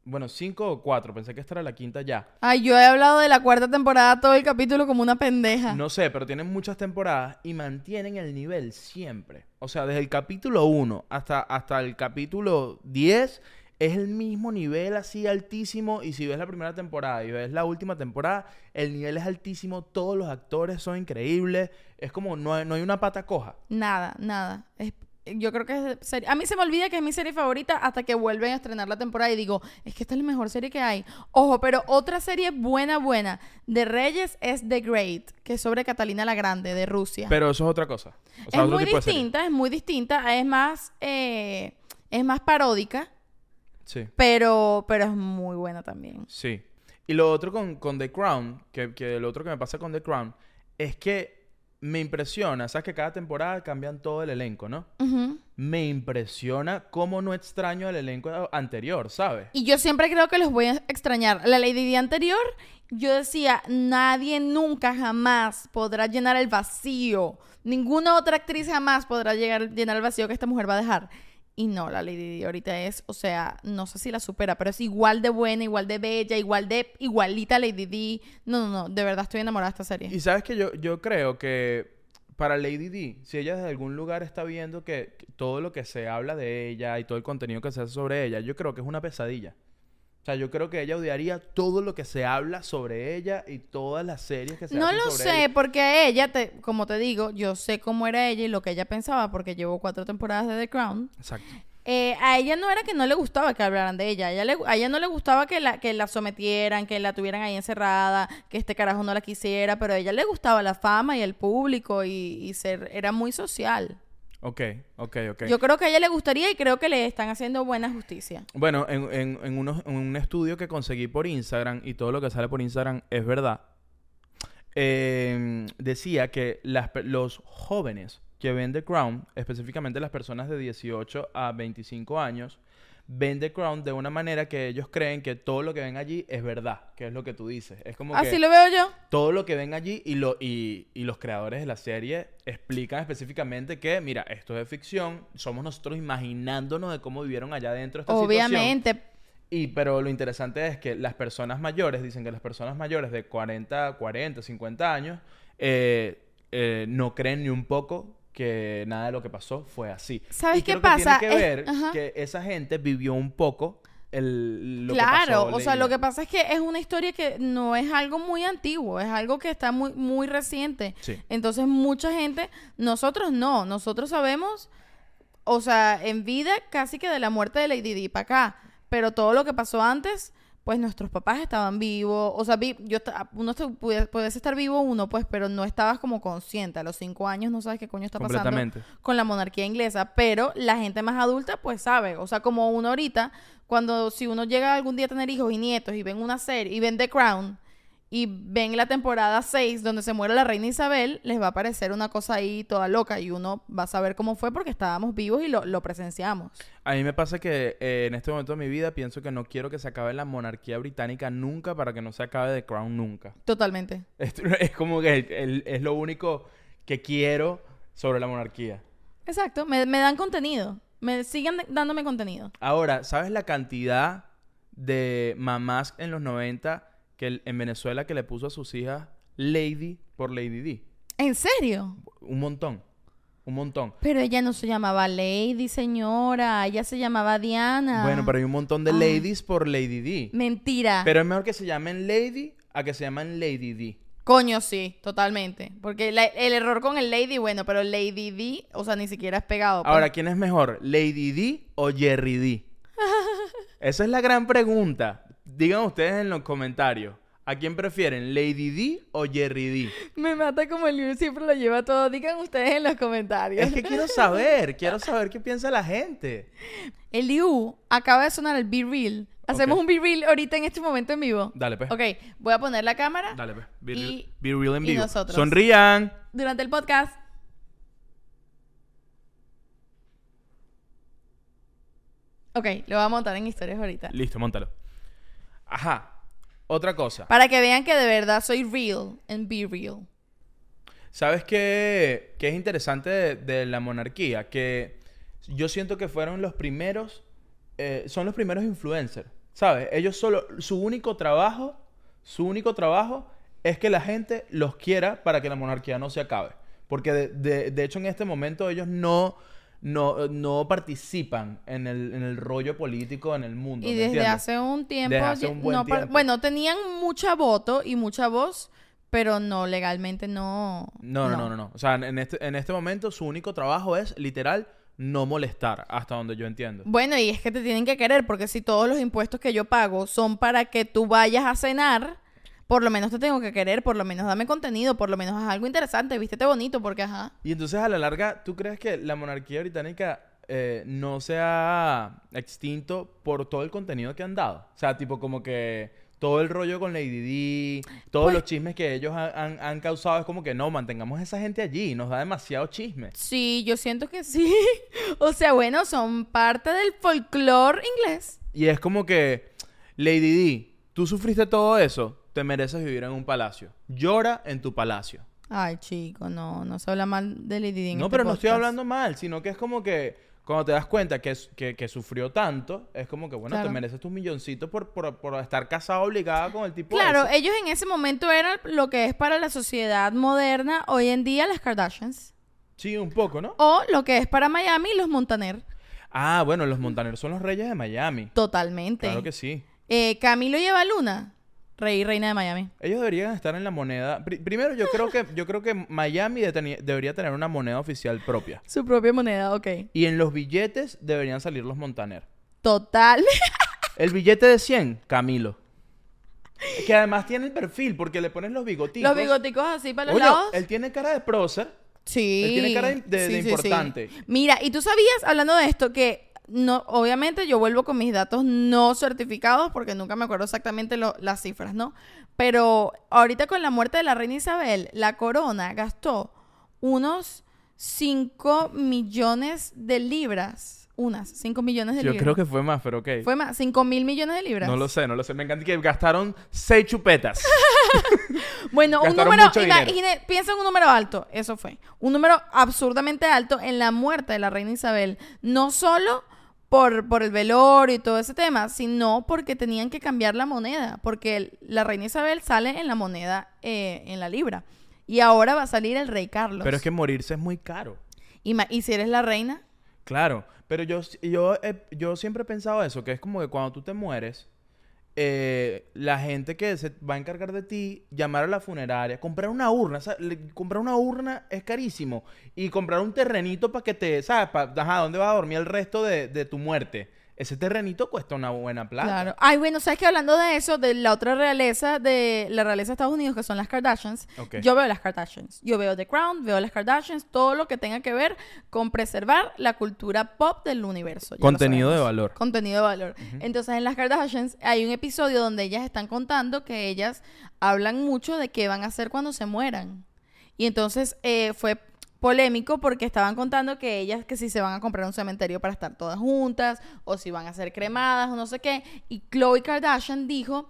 [SPEAKER 1] Bueno, cinco o cuatro. Pensé que esta era la quinta ya.
[SPEAKER 2] Ay, yo he hablado de la cuarta temporada todo el capítulo como una pendeja.
[SPEAKER 1] No sé, pero tienen muchas temporadas y mantienen el nivel siempre. O sea, desde el capítulo 1 hasta, hasta el capítulo 10 es el mismo nivel así altísimo. Y si ves la primera temporada y ves la última temporada, el nivel es altísimo. Todos los actores son increíbles. Es como no hay, no hay una pata coja.
[SPEAKER 2] Nada, nada. Es- yo creo que es serie- A mí se me olvida que es mi serie favorita hasta que vuelven a estrenar la temporada y digo, es que esta es la mejor serie que hay. Ojo, pero otra serie buena, buena de Reyes es The Great, que es sobre Catalina la Grande de Rusia.
[SPEAKER 1] Pero eso es otra cosa. O sea,
[SPEAKER 2] es
[SPEAKER 1] otro
[SPEAKER 2] muy
[SPEAKER 1] tipo de serie.
[SPEAKER 2] distinta, es muy distinta, es más, eh, es más paródica,
[SPEAKER 1] Sí.
[SPEAKER 2] pero, pero es muy buena también.
[SPEAKER 1] Sí. Y lo otro con, con The Crown, que, que lo otro que me pasa con The Crown, es que me impresiona, sabes que cada temporada cambian todo el elenco, ¿no?
[SPEAKER 2] Ujú.
[SPEAKER 1] Me impresiona cómo no extraño el elenco a- anterior, ¿sabes?
[SPEAKER 2] Y yo siempre creo que los voy a extrañar. La Lady Di anterior, yo decía, nadie nunca jamás podrá llenar el vacío. Ninguna otra actriz jamás podrá llegar, llenar el vacío que esta mujer va a dejar. Y no, la Lady Di ahorita es, o sea, no sé si la supera, pero es igual de buena, igual de bella, igual de igualita a Lady Di. No, no, no, de verdad estoy enamorada de esta serie.
[SPEAKER 1] Y sabes que yo, yo creo que para Lady D, si ella desde algún lugar está viendo que que todo lo que se habla de ella y todo el contenido que se hace sobre ella, yo creo que es una pesadilla. O sea, yo creo que ella odiaría todo lo que se habla sobre ella y todas las series que se
[SPEAKER 2] No
[SPEAKER 1] hacen
[SPEAKER 2] lo
[SPEAKER 1] sobre
[SPEAKER 2] sé,
[SPEAKER 1] ella.
[SPEAKER 2] porque a ella, te, como te digo, yo sé cómo era ella y lo que ella pensaba, porque llevo cuatro temporadas de The Crown.
[SPEAKER 1] Exacto.
[SPEAKER 2] Eh, a ella no era que no le gustaba que hablaran de ella. A ella, le- a ella no le gustaba que la, que la sometieran, que la tuvieran ahí encerrada, que este carajo no la quisiera, pero a ella le gustaba la fama y el público y, y ser, era muy social.
[SPEAKER 1] Ok, ok, ok.
[SPEAKER 2] Yo creo que a ella le gustaría y creo que le están haciendo buena justicia.
[SPEAKER 1] Bueno, en, en- en unos- en un estudio que conseguí por Instagram, y todo lo que sale por Instagram es verdad, eh, decía que las pe- los jóvenes que ven The Crown, específicamente las personas de 18 a 25 años, ven The Crown de una manera que ellos creen que todo lo que ven allí es verdad, que es lo que tú dices. Es como que
[SPEAKER 2] Así Ah, lo veo yo.
[SPEAKER 1] todo lo que ven allí y, lo, y, y los creadores de la serie explican específicamente que, mira, esto es ficción, somos nosotros imaginándonos de cómo vivieron allá adentro esta situación.
[SPEAKER 2] Obviamente.
[SPEAKER 1] Y pero lo interesante es que las personas mayores, dicen que las personas mayores de 40, 40, 50 años, eh, eh, no creen ni un poco que nada de lo que pasó fue así.
[SPEAKER 2] ¿Sabes
[SPEAKER 1] Y
[SPEAKER 2] qué
[SPEAKER 1] creo
[SPEAKER 2] pasa?
[SPEAKER 1] Que
[SPEAKER 2] Es-
[SPEAKER 1] tiene que ver
[SPEAKER 2] ajá.
[SPEAKER 1] que esa gente vivió un poco el, lo que
[SPEAKER 2] claro,
[SPEAKER 1] pasó.
[SPEAKER 2] o sea,
[SPEAKER 1] Lady
[SPEAKER 2] lo
[SPEAKER 1] Di.
[SPEAKER 2] que pasa es que es una historia que no es algo muy antiguo, es algo que está muy, muy reciente.
[SPEAKER 1] Sí.
[SPEAKER 2] Entonces mucha gente, nosotros no, nosotros sabemos, o sea, en vida casi que de la muerte de Lady Di para acá, pero todo lo que pasó antes, pues nuestros papás estaban vivos, o sea, vi- yo esta- uno estu- pude- pudiese estar vivo uno, pues, pero no estabas como consciente, a los cinco años no sabes qué coño está pasando
[SPEAKER 1] Completamente.
[SPEAKER 2] con la monarquía inglesa, pero la gente más adulta pues sabe, o sea, como uno ahorita, cuando si uno llega algún día a tener hijos y nietos y ven una serie y ven The Crown y ven la temporada 6 donde se muere la reina Isabel, les va a parecer una cosa ahí toda loca y uno va a saber cómo fue porque estábamos vivos y lo, lo presenciamos.
[SPEAKER 1] A mí me pasa que eh, en este momento de mi vida pienso que no quiero que se acabe la monarquía británica nunca para que no se acabe The Crown nunca.
[SPEAKER 2] Totalmente.
[SPEAKER 1] Es, es como que el- el- es lo único que quiero sobre la monarquía.
[SPEAKER 2] Exacto, me, me dan contenido, me siguen dándome contenido.
[SPEAKER 1] Ahora, ¿sabes la cantidad de mamás en los 90 que el- en Venezuela que le puso a sus hijas Lady por Lady D?
[SPEAKER 2] ¿En serio?
[SPEAKER 1] Un montón. Un montón.
[SPEAKER 2] Pero ella no se llamaba Lady, señora, ella se llamaba Diana.
[SPEAKER 1] Bueno, pero hay un montón de
[SPEAKER 2] Ay.
[SPEAKER 1] ladies por Lady D.
[SPEAKER 2] Mentira.
[SPEAKER 1] Pero es mejor que se llamen Lady a que se llamen Lady D.
[SPEAKER 2] Coño, sí, totalmente. Porque la- el error con el Lady, bueno, pero Lady D, o sea, ni siquiera es pegado. pues.
[SPEAKER 1] Ahora, ¿quién es mejor? ¿Lady D o Jerry D? Esa es la gran pregunta. Digan ustedes en los comentarios. ¿A quién prefieren, Lady D o Jerry D?
[SPEAKER 2] Me mata como el libro siempre lo lleva todo. Digan ustedes en los comentarios.
[SPEAKER 1] Es que quiero saber, quiero saber qué piensa la gente.
[SPEAKER 2] El IU acaba de sonar el Be Real. Hacemos
[SPEAKER 1] Ok.
[SPEAKER 2] un Be Real ahorita en este momento en vivo.
[SPEAKER 1] Dale, pues.
[SPEAKER 2] Ok, voy a poner la cámara
[SPEAKER 1] Dale, pues. Be,
[SPEAKER 2] Y-
[SPEAKER 1] real, be real en
[SPEAKER 2] y
[SPEAKER 1] vivo.
[SPEAKER 2] nosotros.
[SPEAKER 1] Sonrían.
[SPEAKER 2] durante el podcast. Ok, lo voy a montar en historias ahorita.
[SPEAKER 1] Listo, montalo. Ajá. Otra cosa.
[SPEAKER 2] Para que vean que de verdad soy real en Be Real.
[SPEAKER 1] ¿Sabes qué, qué es interesante de, de la monarquía? Que yo siento que fueron los primeros, eh, son los primeros influencers, ¿sabes? Ellos solo, su único trabajo, su único trabajo es que la gente los quiera para que la monarquía no se acabe. Porque de, de- de hecho en este momento ellos no, no, no participan en el, en el rollo político en el mundo.
[SPEAKER 2] Y
[SPEAKER 1] ¿me
[SPEAKER 2] desde
[SPEAKER 1] entiendes?
[SPEAKER 2] hace un tiempo,
[SPEAKER 1] Desde hace
[SPEAKER 2] ye-
[SPEAKER 1] un buen
[SPEAKER 2] no par-
[SPEAKER 1] tiempo.
[SPEAKER 2] bueno, tenían mucha voto y mucha voz, pero no legalmente no.
[SPEAKER 1] No, no, no, no, no. O sea, en este, en este momento su único trabajo es literal no molestar, hasta donde yo entiendo.
[SPEAKER 2] Bueno, y es que te tienen que querer porque si todos los impuestos que yo pago son para que tú vayas a cenar, por lo menos te tengo que querer, por lo menos dame contenido, por lo menos haz algo interesante, vístete bonito porque ajá.
[SPEAKER 1] Y entonces a la larga, ¿tú crees que la monarquía británica eh, no se ha extinto por todo el contenido que han dado? O sea, tipo como que todo el rollo con Lady D, todos
[SPEAKER 2] Pues-
[SPEAKER 1] los chismes que ellos han, han- han causado, es como que no, mantengamos a esa gente allí, nos da demasiado chisme.
[SPEAKER 2] Sí, yo siento que sí. o sea, bueno, son parte del folclore inglés.
[SPEAKER 1] Y es como que, Lady D, tú sufriste todo eso, te mereces vivir en un palacio. Llora en tu palacio.
[SPEAKER 2] Ay, chico, no, no se habla mal de Lady Di en
[SPEAKER 1] No,
[SPEAKER 2] este
[SPEAKER 1] pero no estoy
[SPEAKER 2] podcast.
[SPEAKER 1] hablando mal, sino que es como que cuando te das cuenta que, es- que, que sufrió tanto, es como que, bueno,
[SPEAKER 2] Claro.
[SPEAKER 1] te mereces tus milloncitos por, por, por estar casada obligada con el tipo
[SPEAKER 2] Claro,
[SPEAKER 1] ese.
[SPEAKER 2] ellos en ese momento eran lo que es para la sociedad moderna hoy en día las Kardashians.
[SPEAKER 1] Sí, un poco, ¿no?
[SPEAKER 2] O lo que es para Miami los Montaner.
[SPEAKER 1] Ah, bueno, los montaneros son los reyes de Miami.
[SPEAKER 2] Totalmente.
[SPEAKER 1] Claro que sí.
[SPEAKER 2] Eh, Camilo lleva Luna, rey y reina de Miami.
[SPEAKER 1] Ellos deberían estar en la moneda. Pri- primero, yo creo que, yo creo que Miami deteni- debería tener una moneda oficial propia.
[SPEAKER 2] Su propia moneda, ok.
[SPEAKER 1] Y en los billetes deberían salir los montaneros.
[SPEAKER 2] Total.
[SPEAKER 1] El billete de 100, Camilo. Que además tiene el perfil, porque le pones los bigotitos.
[SPEAKER 2] los bigoticos así para los
[SPEAKER 1] Oye,
[SPEAKER 2] lados.
[SPEAKER 1] él tiene cara de prócer.
[SPEAKER 2] Sí.
[SPEAKER 1] él tiene cara de- de- de importante.
[SPEAKER 2] Mira, y tú sabías, hablando de esto, que no, obviamente yo vuelvo con mis datos no certificados porque nunca me acuerdo exactamente lo- las cifras, ¿no? Pero ahorita con la muerte de la reina Isabel, la corona gastó unos 5 millones de libras. Unas 5 millones de
[SPEAKER 1] Yo
[SPEAKER 2] libras.
[SPEAKER 1] creo que fue más, pero ok.
[SPEAKER 2] Fue más, 5 mil millones de libras.
[SPEAKER 1] No lo sé, no lo sé. Me encanta que gastaron seis chupetas.
[SPEAKER 2] Bueno, un
[SPEAKER 1] Gastaron
[SPEAKER 2] número,
[SPEAKER 1] mucho dinero.
[SPEAKER 2] imagine- piensa en un número alto, eso fue. Un número absurdamente alto en la muerte de la reina Isabel. No solo por, por el velorio y todo ese tema, sino porque tenían que cambiar la moneda, porque el- la reina Isabel sale en la moneda, eh, en la libra. Y ahora va a salir el rey Carlos.
[SPEAKER 1] pero es que morirse es muy caro.
[SPEAKER 2] Ima- y si eres la reina,
[SPEAKER 1] Claro. Pero yo, yo, he- yo siempre he pensado eso, que es como que cuando tú te mueres, eh, la gente que se va a encargar de ti, llamar a la funeraria, comprar una urna. ¿sabes? Le- Comprar una urna es carísimo. Y comprar un terrenito para que te, ¿sabes? Pa- ajá, ¿dónde vas a dormir el resto de, de tu muerte? Ese terrenito cuesta una buena plata.
[SPEAKER 2] Claro. Ay, bueno, sabes que hablando de eso, de la otra realeza, de la realeza de Estados Unidos, que son las Kardashians,
[SPEAKER 1] Ok.
[SPEAKER 2] yo veo las Kardashians. Yo veo The Crown, veo las Kardashians, todo lo que tenga que ver con preservar la cultura pop del universo. ya lo
[SPEAKER 1] Contenido de
[SPEAKER 2] sabemos.
[SPEAKER 1] valor.
[SPEAKER 2] Contenido de valor. Entonces, en las Kardashians hay un episodio donde ellas están contando que ellas hablan mucho de qué van a hacer cuando se mueran. Y entonces eh, fue polémico porque estaban contando que ellas que si se van a comprar un cementerio para estar todas juntas o si van a ser cremadas o no sé qué. Y Khloe Kardashian dijo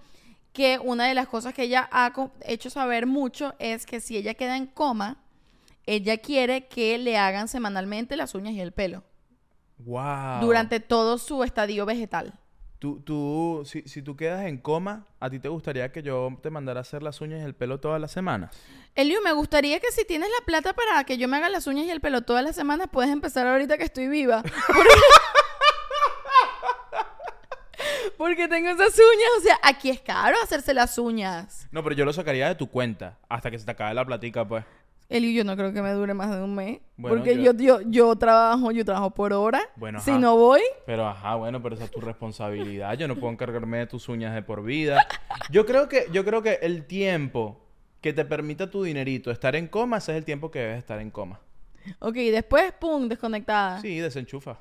[SPEAKER 2] que una de las cosas que ella ha co- hecho saber mucho es que si ella queda en coma, ella quiere que le hagan semanalmente las uñas y el pelo
[SPEAKER 1] Wow.
[SPEAKER 2] durante todo su estadio vegetal.
[SPEAKER 1] Tú, tú, si, si tú quedas en coma, ¿a ti te gustaría que yo te mandara a hacer las uñas y el pelo todas las semanas?
[SPEAKER 2] Elio, me gustaría que si tienes la plata para que yo me haga las uñas y el pelo todas las semanas, puedes empezar ahorita que estoy viva. Porque- Porque tengo esas uñas, o sea, aquí es caro hacerse las uñas.
[SPEAKER 1] No, pero yo lo sacaría de tu cuenta hasta que se te acabe la platica, pues.
[SPEAKER 2] Él y yo no creo que me dure más de un mes.
[SPEAKER 1] Bueno,
[SPEAKER 2] porque
[SPEAKER 1] yo-
[SPEAKER 2] yo... Yo, yo, trabajo, yo trabajo por hora.
[SPEAKER 1] Bueno,
[SPEAKER 2] si
[SPEAKER 1] ajá.
[SPEAKER 2] no voy,
[SPEAKER 1] Pero ajá, bueno, pero esa es tu responsabilidad. Yo no puedo encargarme de tus uñas de por vida. Yo creo que, yo creo que el tiempo que te permita tu dinerito estar en coma, ese es el tiempo que debes estar en coma.
[SPEAKER 2] ok, después, pum, desconectada.
[SPEAKER 1] Sí, desenchufa.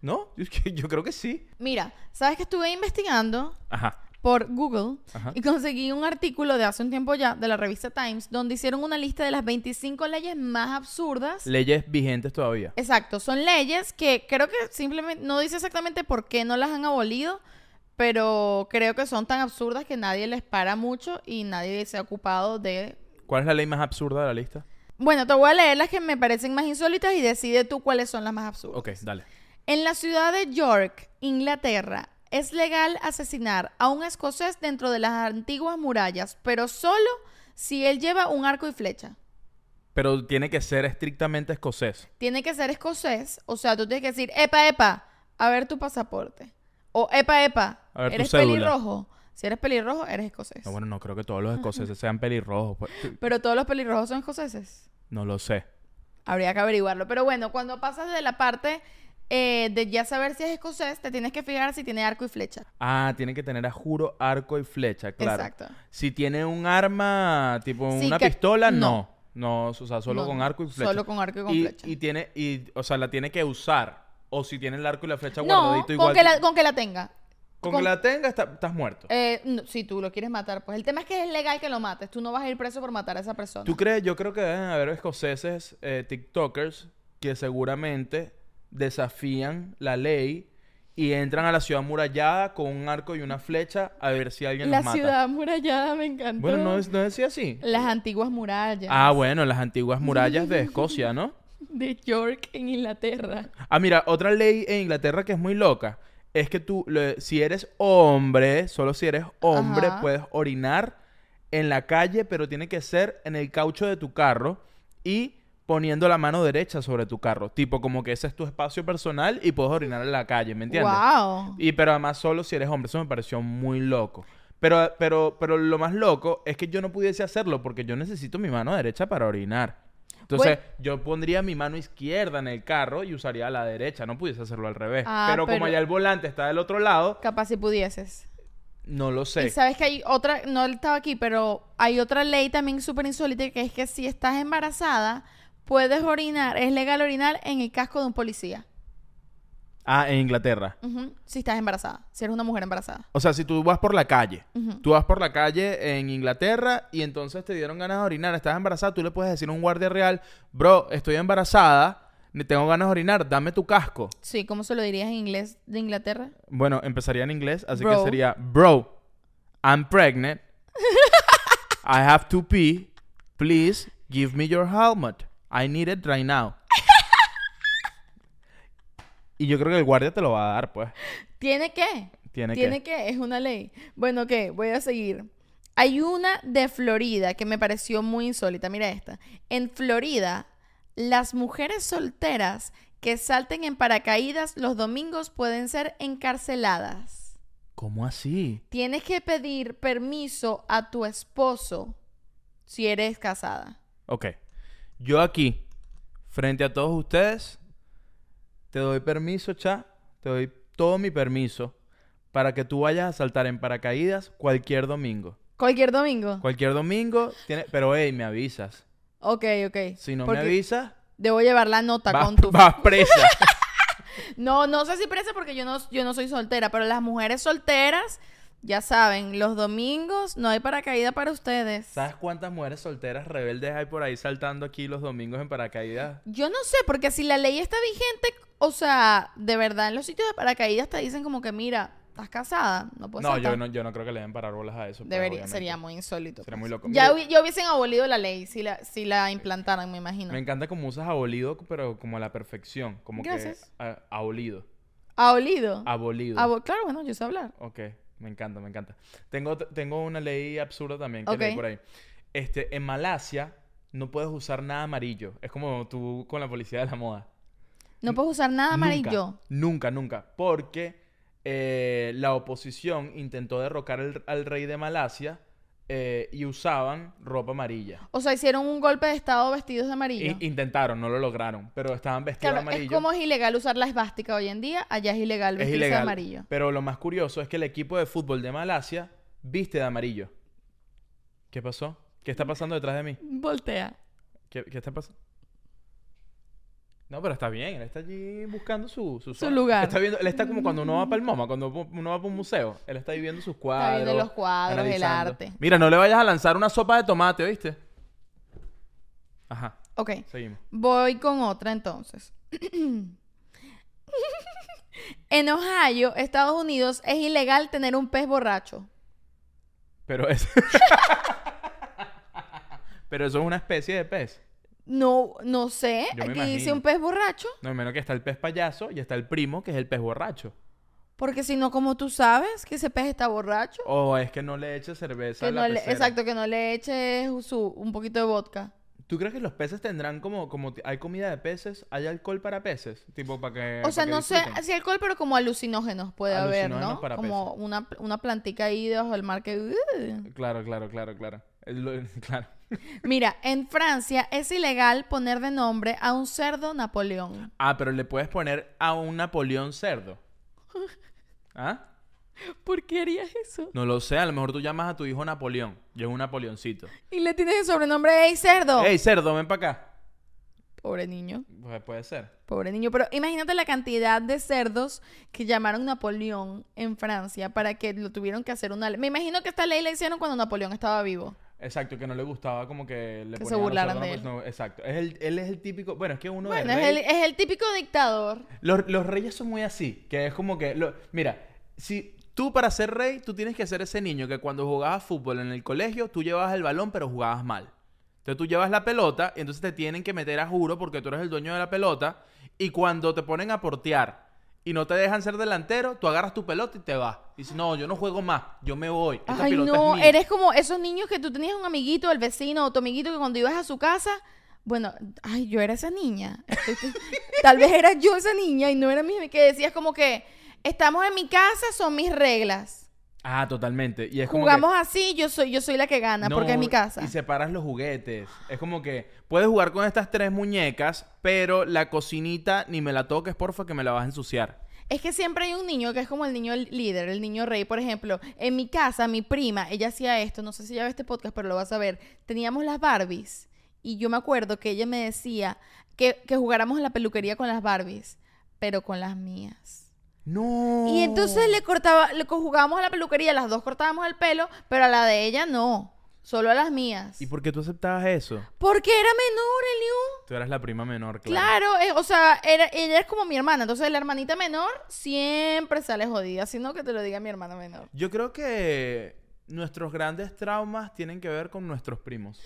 [SPEAKER 1] ¿No? Yo, yo creo que sí.
[SPEAKER 2] Mira, ¿sabes que estuve investigando
[SPEAKER 1] Ajá.
[SPEAKER 2] por Google
[SPEAKER 1] Ajá.
[SPEAKER 2] y conseguí un artículo de hace un tiempo ya de la revista Times donde hicieron una lista de las 25 leyes más absurdas.
[SPEAKER 1] Leyes vigentes todavía.
[SPEAKER 2] Exacto, son leyes que creo que simplemente no dice exactamente por qué no las han abolido, pero creo que son tan absurdas que nadie les para mucho y nadie se ha ocupado de...
[SPEAKER 1] ¿Cuál es la ley más absurda de la lista?
[SPEAKER 2] Bueno, te voy a leer las que me parecen más insólitas y decide tú cuáles son las más absurdas.
[SPEAKER 1] Ok, dale.
[SPEAKER 2] En la ciudad de York, Inglaterra, es legal asesinar a un escocés dentro de las antiguas murallas, pero solo si él lleva un arco y flecha.
[SPEAKER 1] Pero tiene que ser estrictamente escocés.
[SPEAKER 2] Tiene que ser escocés, o sea, tú tienes que decir, epa, epa, a ver tu pasaporte. O epa, epa,
[SPEAKER 1] A ver tu
[SPEAKER 2] eres
[SPEAKER 1] cédula.
[SPEAKER 2] pelirrojo. Si eres pelirrojo, eres escocés.
[SPEAKER 1] No, bueno, no creo que todos los escoceses sean pelirrojos. pues,
[SPEAKER 2] Pero todos los pelirrojos son escoceses.
[SPEAKER 1] No lo sé.
[SPEAKER 2] Habría que averiguarlo. Pero bueno, cuando pasas de la parte eh, de ya saber si es escocés, te tienes que fijar si tiene arco y flecha.
[SPEAKER 1] Ah, tiene que tener a juro arco y flecha, claro.
[SPEAKER 2] Exacto.
[SPEAKER 1] Si tiene un arma, tipo
[SPEAKER 2] Sí,
[SPEAKER 1] una
[SPEAKER 2] que-
[SPEAKER 1] pistola, no.
[SPEAKER 2] no.
[SPEAKER 1] no. o sea, solo
[SPEAKER 2] No,
[SPEAKER 1] con
[SPEAKER 2] no,
[SPEAKER 1] arco y flecha.
[SPEAKER 2] Solo con arco y con
[SPEAKER 1] y,
[SPEAKER 2] flecha.
[SPEAKER 1] y tiene, y, o sea, la tiene que usar. O si tiene el arco y la flecha
[SPEAKER 2] No,
[SPEAKER 1] guardadito
[SPEAKER 2] con,
[SPEAKER 1] igual.
[SPEAKER 2] que la, con que la tenga.
[SPEAKER 1] con
[SPEAKER 2] con-
[SPEAKER 1] que la tenga, está- estás muerto.
[SPEAKER 2] Eh, no, si tú lo quieres matar, pues el tema es que es legal que lo mates. Tú no vas a ir preso por matar a esa persona.
[SPEAKER 1] ¿Tú crees? Yo creo que deben haber escoceses eh, TikTokers que seguramente desafían la ley y entran a la ciudad murallada con un arco y una flecha a ver si alguien
[SPEAKER 2] la
[SPEAKER 1] los mata.
[SPEAKER 2] ciudad amurallada me encantó.
[SPEAKER 1] Bueno, no, es- no decía así.
[SPEAKER 2] Las antiguas murallas
[SPEAKER 1] Ah, bueno, las antiguas murallas de Escocia, ¿no?
[SPEAKER 2] de York en Inglaterra.
[SPEAKER 1] Ah, mira, otra ley en Inglaterra que es muy loca es que tú, le- si eres hombre, solo si eres hombre,
[SPEAKER 2] Ajá.
[SPEAKER 1] puedes orinar en la calle, pero tiene que ser en el caucho de tu carro y poniendo la mano derecha sobre tu carro. Tipo, como que ese es tu espacio personal y puedes orinar en la calle, ¿me entiendes?
[SPEAKER 2] Wow.
[SPEAKER 1] Y pero además solo si eres hombre, eso me pareció muy loco. Pero, pero, pero lo más loco es que yo no pudiese hacerlo porque yo necesito mi mano derecha para orinar. Entonces, yo pondría mi mano izquierda en el carro y usaría la derecha. No pudiese hacerlo al revés.
[SPEAKER 2] Ah,
[SPEAKER 1] pero, como
[SPEAKER 2] pero-
[SPEAKER 1] ya el volante está del otro lado,
[SPEAKER 2] Capaz si pudieses.
[SPEAKER 1] no lo
[SPEAKER 2] Y
[SPEAKER 1] sé.
[SPEAKER 2] sabes que hay otra, no estaba aquí, pero hay otra ley también súper insólita que es que si estás embarazada, puedes orinar, es legal orinar en el casco de un policía.
[SPEAKER 1] Ah, en Inglaterra.
[SPEAKER 2] Ujú, Si estás embarazada, si eres una mujer embarazada.
[SPEAKER 1] O sea, si tú vas por la calle,
[SPEAKER 2] Ujú.
[SPEAKER 1] tú vas por la calle en Inglaterra y entonces te dieron ganas de orinar, estás embarazada, tú le puedes decir a un guardia real, bro, estoy embarazada, tengo ganas de orinar, dame tu casco.
[SPEAKER 2] Sí, ¿cómo se lo dirías en inglés de Inglaterra?
[SPEAKER 1] Bueno, empezaría en inglés, así que
[SPEAKER 2] Bro.
[SPEAKER 1] sería Bro, I'm pregnant. I have to pee. Please give me your helmet. I need it right now. y yo creo que el guardia te lo va a dar, pues.
[SPEAKER 2] Tiene que.
[SPEAKER 1] Tiene,
[SPEAKER 2] Tiene
[SPEAKER 1] que.
[SPEAKER 2] que, es una ley. Bueno, ¿qué? Voy a seguir. Hay una de Florida que me pareció muy insólita. Mira esta. En Florida, las mujeres solteras que salten en paracaídas los domingos pueden ser encarceladas.
[SPEAKER 1] ¿Cómo así?
[SPEAKER 2] Tienes que pedir permiso a tu esposo si eres casada.
[SPEAKER 1] Ok. Yo aquí, frente a todos ustedes, te doy permiso, cha. Te doy todo mi permiso para que tú vayas a saltar en paracaídas cualquier domingo.
[SPEAKER 2] Cualquier domingo.
[SPEAKER 1] Cualquier domingo tiene... Pero, hey, me avisas.
[SPEAKER 2] Ok, ok.
[SPEAKER 1] Si no
[SPEAKER 2] Porque
[SPEAKER 1] me avisas,
[SPEAKER 2] Debo llevar la nota
[SPEAKER 1] vas,
[SPEAKER 2] con tu
[SPEAKER 1] vas presa.
[SPEAKER 2] No, no sé si presa porque yo no, yo no soy soltera, pero las mujeres solteras, ya saben, los domingos no hay paracaídas para ustedes.
[SPEAKER 1] ¿Sabes cuántas mujeres solteras rebeldes hay por ahí saltando aquí los domingos en paracaídas?
[SPEAKER 2] Yo no sé, porque si la ley está vigente, o sea, de verdad, en los sitios de paracaídas te dicen como que, mira, estás casada, no puedes
[SPEAKER 1] No
[SPEAKER 2] saltar.
[SPEAKER 1] yo, no, yo no creo que le den parar bolas a eso. pues,
[SPEAKER 2] Pues Debería,
[SPEAKER 1] obviamente.
[SPEAKER 2] sería muy insólito.
[SPEAKER 1] Sería
[SPEAKER 2] pues.
[SPEAKER 1] muy loco. Mira-
[SPEAKER 2] Ya, hubi- ya hubiesen abolido la ley si la, si la implantaran, me imagino.
[SPEAKER 1] Me encanta cómo usas abolido, pero como a la perfección. Como
[SPEAKER 2] Gracias.
[SPEAKER 1] que... a- abolido.
[SPEAKER 2] ¿Abolido?
[SPEAKER 1] Abolido.
[SPEAKER 2] Abo- claro, bueno, yo sé hablar.
[SPEAKER 1] ok, me encanta, me encanta. Tengo, ot- tengo una ley absurda también que
[SPEAKER 2] Ok.
[SPEAKER 1] leí por ahí. Este, en Malasia no puedes usar nada amarillo. Es como tú con la policía de la moda.
[SPEAKER 2] No puedes usar nada amarillo.
[SPEAKER 1] Nunca, nunca, nunca. Porque eh, la oposición intentó derrocar al, al rey de Malasia eh, y usaban ropa amarilla.
[SPEAKER 2] O sea, hicieron un golpe de estado vestidos de amarillo.
[SPEAKER 1] I- intentaron, no lo lograron, pero estaban vestidos
[SPEAKER 2] Claro,
[SPEAKER 1] de amarillo.
[SPEAKER 2] es como es ilegal usar la esvástica hoy en día, allá es ilegal
[SPEAKER 1] Es
[SPEAKER 2] vestirse de
[SPEAKER 1] ilegal.
[SPEAKER 2] amarillo.
[SPEAKER 1] Pero lo más curioso es que el equipo de fútbol de Malasia viste de amarillo. ¿Qué pasó? ¿Qué está pasando detrás de mí?
[SPEAKER 2] Voltea.
[SPEAKER 1] ¿Qué, qué está pasando? No, pero está bien, él está allí buscando su, su,
[SPEAKER 2] Su lugar.
[SPEAKER 1] Está viendo, él está como cuando uno va para el MoMA, cuando uno va para un museo. Él está ahí viendo sus cuadros.
[SPEAKER 2] viendo los cuadros, el
[SPEAKER 1] analizando.
[SPEAKER 2] arte.
[SPEAKER 1] Mira, no le vayas a lanzar una sopa de tomate, ¿oíste? Ajá,
[SPEAKER 2] Ok,
[SPEAKER 1] seguimos.
[SPEAKER 2] voy con otra entonces. en Ohio, Estados Unidos, es ilegal tener un pez borracho.
[SPEAKER 1] Pero es... pero eso es una especie de pez.
[SPEAKER 2] No, no sé,
[SPEAKER 1] Yo me
[SPEAKER 2] aquí dice
[SPEAKER 1] imagino.
[SPEAKER 2] un pez borracho,
[SPEAKER 1] No, menos que está el pez payaso y está el primo, que es el pez borracho.
[SPEAKER 2] porque si no, como tú sabes que ese pez está borracho,
[SPEAKER 1] O es que no le eche cerveza
[SPEAKER 2] que
[SPEAKER 1] a la
[SPEAKER 2] no le-
[SPEAKER 1] pecera.
[SPEAKER 2] exacto, que no le eches su- un poquito de vodka.
[SPEAKER 1] ¿Tú crees que los peces tendrán como, como t- hay comida de peces, hay alcohol para peces? Tipo para que.
[SPEAKER 2] O
[SPEAKER 1] para
[SPEAKER 2] sea,
[SPEAKER 1] que
[SPEAKER 2] no sé
[SPEAKER 1] Eh, disfruten.
[SPEAKER 2] si alcohol, pero como alucinógenos puede haber,
[SPEAKER 1] Alucinógenos
[SPEAKER 2] ¿no?
[SPEAKER 1] para
[SPEAKER 2] como una, una plantica ahí debajo del mar que... uh.
[SPEAKER 1] Claro, claro, claro, claro. El- lo- claro.
[SPEAKER 2] Mira, en Francia es ilegal poner de nombre a un cerdo Napoleón.
[SPEAKER 1] Ah, pero le puedes poner a un Napoleón cerdo. ¿Ah?
[SPEAKER 2] ¿Por qué harías eso?
[SPEAKER 1] No lo sé, a lo mejor tú llamas a tu hijo Napoleón. Y es un Napoleoncito.
[SPEAKER 2] Y le tienes el sobrenombre, ¡Ey, cerdo!
[SPEAKER 1] ¡Ey, cerdo, ven para acá!
[SPEAKER 2] Pobre niño,
[SPEAKER 1] Pues puede ser.
[SPEAKER 2] pobre niño. Pero imagínate la cantidad de cerdos que llamaron Napoleón en Francia para que lo tuvieron que hacer una ley. Me imagino que esta ley la hicieron cuando Napoleón estaba vivo.
[SPEAKER 1] Exacto, que no le gustaba como que le
[SPEAKER 2] Que
[SPEAKER 1] ponían a
[SPEAKER 2] se
[SPEAKER 1] los
[SPEAKER 2] burlaran
[SPEAKER 1] cerdos
[SPEAKER 2] de él.
[SPEAKER 1] Napoleón. exacto. Es el, él es el típico. Bueno, es que uno de
[SPEAKER 2] Bueno, es
[SPEAKER 1] rey-
[SPEAKER 2] el, es el típico dictador.
[SPEAKER 1] Los, los reyes son muy así, que es como que... lo- mira, si tú para ser rey, tú tienes que ser ese niño que cuando jugabas fútbol en el colegio, tú llevabas el balón, pero jugabas mal. Entonces tú llevas la pelota y entonces te tienen que meter a juro porque tú eres el dueño de la pelota. Y cuando te ponen a portear y no te dejan ser delantero, tú agarras tu pelota y te vas. Y dices, no, yo no juego más, yo me voy. Esta
[SPEAKER 2] Ay,
[SPEAKER 1] pelota
[SPEAKER 2] no,
[SPEAKER 1] es mía".
[SPEAKER 2] eres como esos niños que tú tenías un amiguito, el vecino o tu amiguito que cuando ibas a su casa, bueno, ay, yo era esa niña. Este- Tal vez era yo esa niña y no era mi que decías como que estamos en mi casa, son mis reglas.
[SPEAKER 1] Ah, totalmente. Y es como que-
[SPEAKER 2] Jugamos así, yo soy yo soy la que gana porque es mi casa.
[SPEAKER 1] Y separas los juguetes. Es como que puedes jugar con estas tres muñecas, pero la cocinita ni me la toques, porfa, que me la vas a ensuciar.
[SPEAKER 2] Es que siempre hay un niño que es como el niño líder, el niño rey. Por ejemplo, en mi casa, mi prima, ella hacía esto, no sé si ya ve este podcast, pero lo vas a ver. Teníamos las Barbies y yo me acuerdo que ella me decía que, que jugáramos en la peluquería con las Barbies, pero con las mías.
[SPEAKER 1] No.
[SPEAKER 2] Y entonces le cortaba, le co- jugábamos a la peluquería, las dos cortábamos el pelo, pero a la de ella no, solo a las mías.
[SPEAKER 1] ¿Y por qué tú aceptabas eso?
[SPEAKER 2] Porque era menor, Eliú.
[SPEAKER 1] Tú eras la prima menor, claro.
[SPEAKER 2] Claro, eh, o sea, era- ella es como mi hermana, entonces la hermanita menor siempre sale jodida, sino que te lo diga mi hermana menor.
[SPEAKER 1] Yo creo que nuestros grandes traumas tienen que ver con nuestros primos.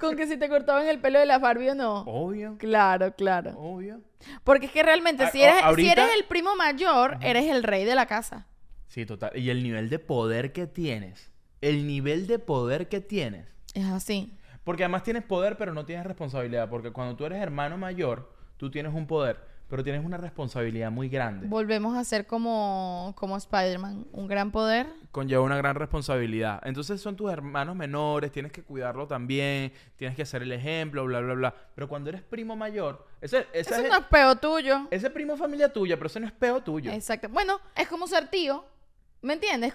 [SPEAKER 2] Con que si te cortaban el pelo de la Barbie o no.
[SPEAKER 1] Oh. Obvio.
[SPEAKER 2] Claro, claro.
[SPEAKER 1] Obvio.
[SPEAKER 2] Porque es que realmente
[SPEAKER 1] Oh. Ah,
[SPEAKER 2] si eres,
[SPEAKER 1] ah,
[SPEAKER 2] si
[SPEAKER 1] ahorita-
[SPEAKER 2] eres el primo mayor, eres el rey de la casa.
[SPEAKER 1] Sí, total. Y el nivel de poder que tienes. El nivel de poder que tienes.
[SPEAKER 2] Es así.
[SPEAKER 1] Porque además tienes poder, pero no tienes responsabilidad. Porque cuando tú eres hermano mayor, tú tienes un poder, pero tienes una responsabilidad muy grande.
[SPEAKER 2] Volvemos a ser como, como Spider-Man, un gran poder.
[SPEAKER 1] Conlleva una gran responsabilidad. Entonces son tus hermanos menores, tienes que cuidarlo también, tienes que ser el ejemplo, bla, bla, bla. Pero cuando eres primo mayor, ese, ese
[SPEAKER 2] Eso
[SPEAKER 1] es-
[SPEAKER 2] no es peo tuyo.
[SPEAKER 1] ese primo es familia tuya, pero ese no es peo tuyo.
[SPEAKER 2] Exacto. Bueno, es como ser tío. ¿Me entiendes?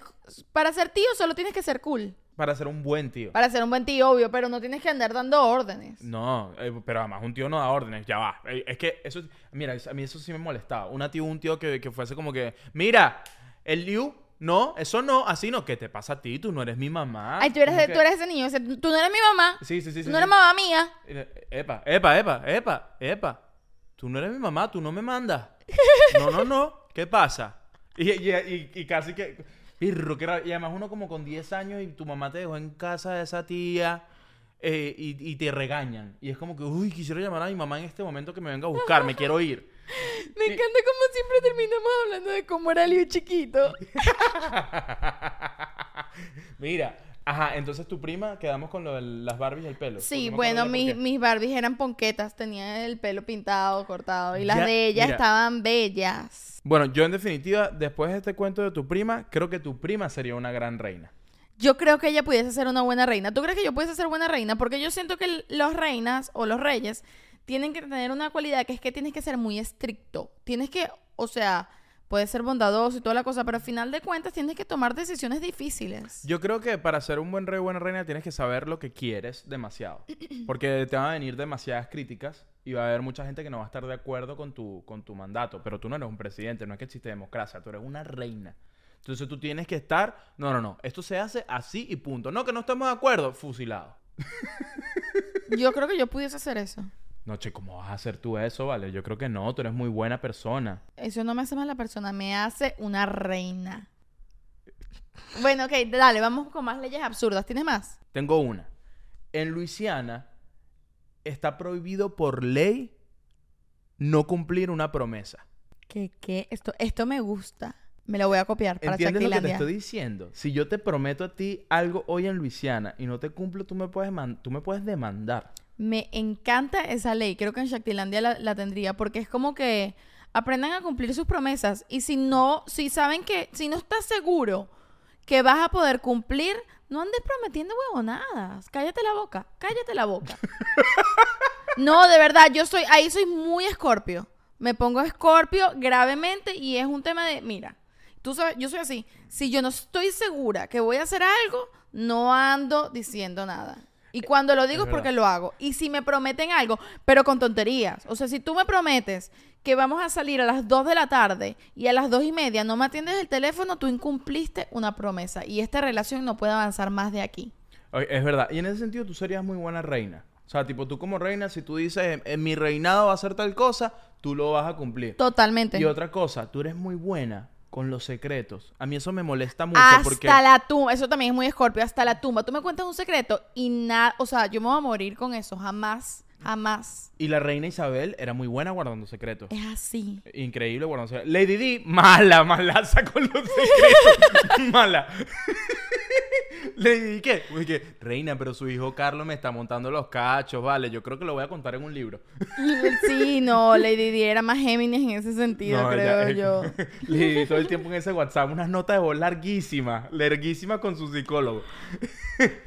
[SPEAKER 2] Para ser tío solo tienes que ser cool.
[SPEAKER 1] Para ser un buen tío.
[SPEAKER 2] Para ser un buen tío, obvio, pero no tienes que andar dando órdenes.
[SPEAKER 1] No, eh, pero además un tío no da órdenes, ya va. Eh, es que eso, mira, es- a mí eso sí me molestaba. Una tío, un tío que, que fuese como que, mira, el Liu, no, eso no, así no, ¿qué te pasa a ti? Tú no eres mi mamá.
[SPEAKER 2] Ay, tú eres,
[SPEAKER 1] Como
[SPEAKER 2] de-
[SPEAKER 1] que-
[SPEAKER 2] tú eres ese niño. ese- tú no eres mi mamá.
[SPEAKER 1] Ah, Sí, sí, sí.
[SPEAKER 2] tú
[SPEAKER 1] sí, sí.
[SPEAKER 2] no eres mamá mía.
[SPEAKER 1] Eh, Epa, epa, epa, epa, epa. Tú no eres mi mamá, tú no me mandas. No, no, no, ¿qué pasa? Y, y- y- y casi que, pirro, que era- y además uno como con 10 años y tu mamá te dejó en casa de esa tía. eh, y, y te regañan. Y es como que, uy, quisiera llamar a mi mamá en este momento que me venga a buscar, me quiero ir.
[SPEAKER 2] Me encanta cómo siempre terminamos hablando de cómo era Liu chiquito.
[SPEAKER 1] Mira, ajá, entonces tu prima, quedamos con lo de las Barbies y el pelo.
[SPEAKER 2] Sí,
[SPEAKER 1] No me acuerdo
[SPEAKER 2] bueno,
[SPEAKER 1] ya por
[SPEAKER 2] mis,
[SPEAKER 1] qué.
[SPEAKER 2] mis Barbies eran ponquetas, tenían el pelo pintado, cortado, y las
[SPEAKER 1] Ya,
[SPEAKER 2] de ellas
[SPEAKER 1] mira.
[SPEAKER 2] estaban bellas.
[SPEAKER 1] Bueno, yo en definitiva, después de este cuento de tu prima, creo que tu prima sería una gran reina.
[SPEAKER 2] yo creo que ella pudiese ser una buena reina. ¿Tú crees que yo pudiese ser buena reina? Porque yo siento que l- las reinas o los reyes tienen que tener una cualidad que es que tienes que ser muy estricto. Tienes que, o sea, puedes ser bondadoso y toda la cosa, pero al final de cuentas tienes que tomar decisiones difíciles.
[SPEAKER 1] Yo creo que para ser un buen rey o buena reina tienes que saber lo que quieres demasiado. Porque te van a venir demasiadas críticas y va a haber mucha gente que no va a estar de acuerdo con tu, con tu mandato. Pero tú no eres un presidente, no es que existe democracia, tú eres una reina. Entonces tú tienes que estar, no, no, no, esto se hace así y punto. No, que no estamos de acuerdo, fusilado.
[SPEAKER 2] Yo creo que yo pudiese hacer eso.
[SPEAKER 1] No, che, ¿cómo vas a hacer tú eso, vale? Yo creo que no, tú eres muy buena persona.
[SPEAKER 2] Eso no me hace mala persona, me hace una reina. Bueno, ok, dale, vamos con más leyes absurdas. ¿Tienes más?
[SPEAKER 1] Tengo una. En Luisiana está prohibido por ley no cumplir una promesa.
[SPEAKER 2] ¿Qué, qué? Esto, esto me gusta. Me lo voy a copiar para
[SPEAKER 1] ¿Entiendes lo que te
[SPEAKER 2] Shaktilandia.
[SPEAKER 1] estoy diciendo? Si yo te prometo a ti algo hoy en Luisiana y no te cumplo, tú me puedes, man- tú me puedes demandar.
[SPEAKER 2] Me encanta esa ley. Creo que en Shaktilandia la, la tendría porque es como que aprendan a cumplir sus promesas y si no, si saben que, si no estás seguro que vas a poder cumplir, no andes prometiendo huevonadas. Cállate la boca, cállate la boca. No, de verdad, yo soy, ahí soy muy escorpio. Me pongo escorpio gravemente y es un tema de, mira, tú sabes, yo soy así. Si yo no estoy segura que voy a hacer algo, no ando diciendo nada. Y cuando lo digo es
[SPEAKER 1] verdad.
[SPEAKER 2] porque lo hago. Y si me prometen algo, pero con tonterías. O sea, si tú me prometes que vamos a salir a las 2 de la tarde y a las 2 y media no me atiendes el teléfono, tú incumpliste una promesa. Y esta relación no puede avanzar más de aquí.
[SPEAKER 1] Oye, Es verdad. Y en ese sentido tú serías muy buena reina. O sea, tipo, tú como reina, si tú dices, "En- en mi reinado va a ser tal cosa, tú lo vas a cumplir.
[SPEAKER 2] Totalmente.
[SPEAKER 1] Y otra cosa, tú eres muy buena con los secretos. A mí eso me molesta mucho
[SPEAKER 2] Hasta
[SPEAKER 1] porque...
[SPEAKER 2] la tumba, eso también es muy escorpio, hasta la tumba. Tú me cuentas un secreto y nada, o sea, yo me voy a morir con eso, jamás, jamás.
[SPEAKER 1] Y la reina Isabel era muy buena guardando secretos.
[SPEAKER 2] Es así.
[SPEAKER 1] Increíble guardando secretos. Lady Di, mala, malaza con los secretos. mala. Lady Di, ¿qué? Uy, que, reina, pero su hijo Carlos me está montando los cachos, vale. Yo creo que lo voy a contar en un libro.
[SPEAKER 2] Sí, no, Lady Di era más Géminis en ese sentido,
[SPEAKER 1] No,
[SPEAKER 2] creo
[SPEAKER 1] ella-
[SPEAKER 2] yo.
[SPEAKER 1] Lady Di todo el tiempo en ese WhatsApp, unas notas de voz larguísimas, larguísimas con su psicólogo.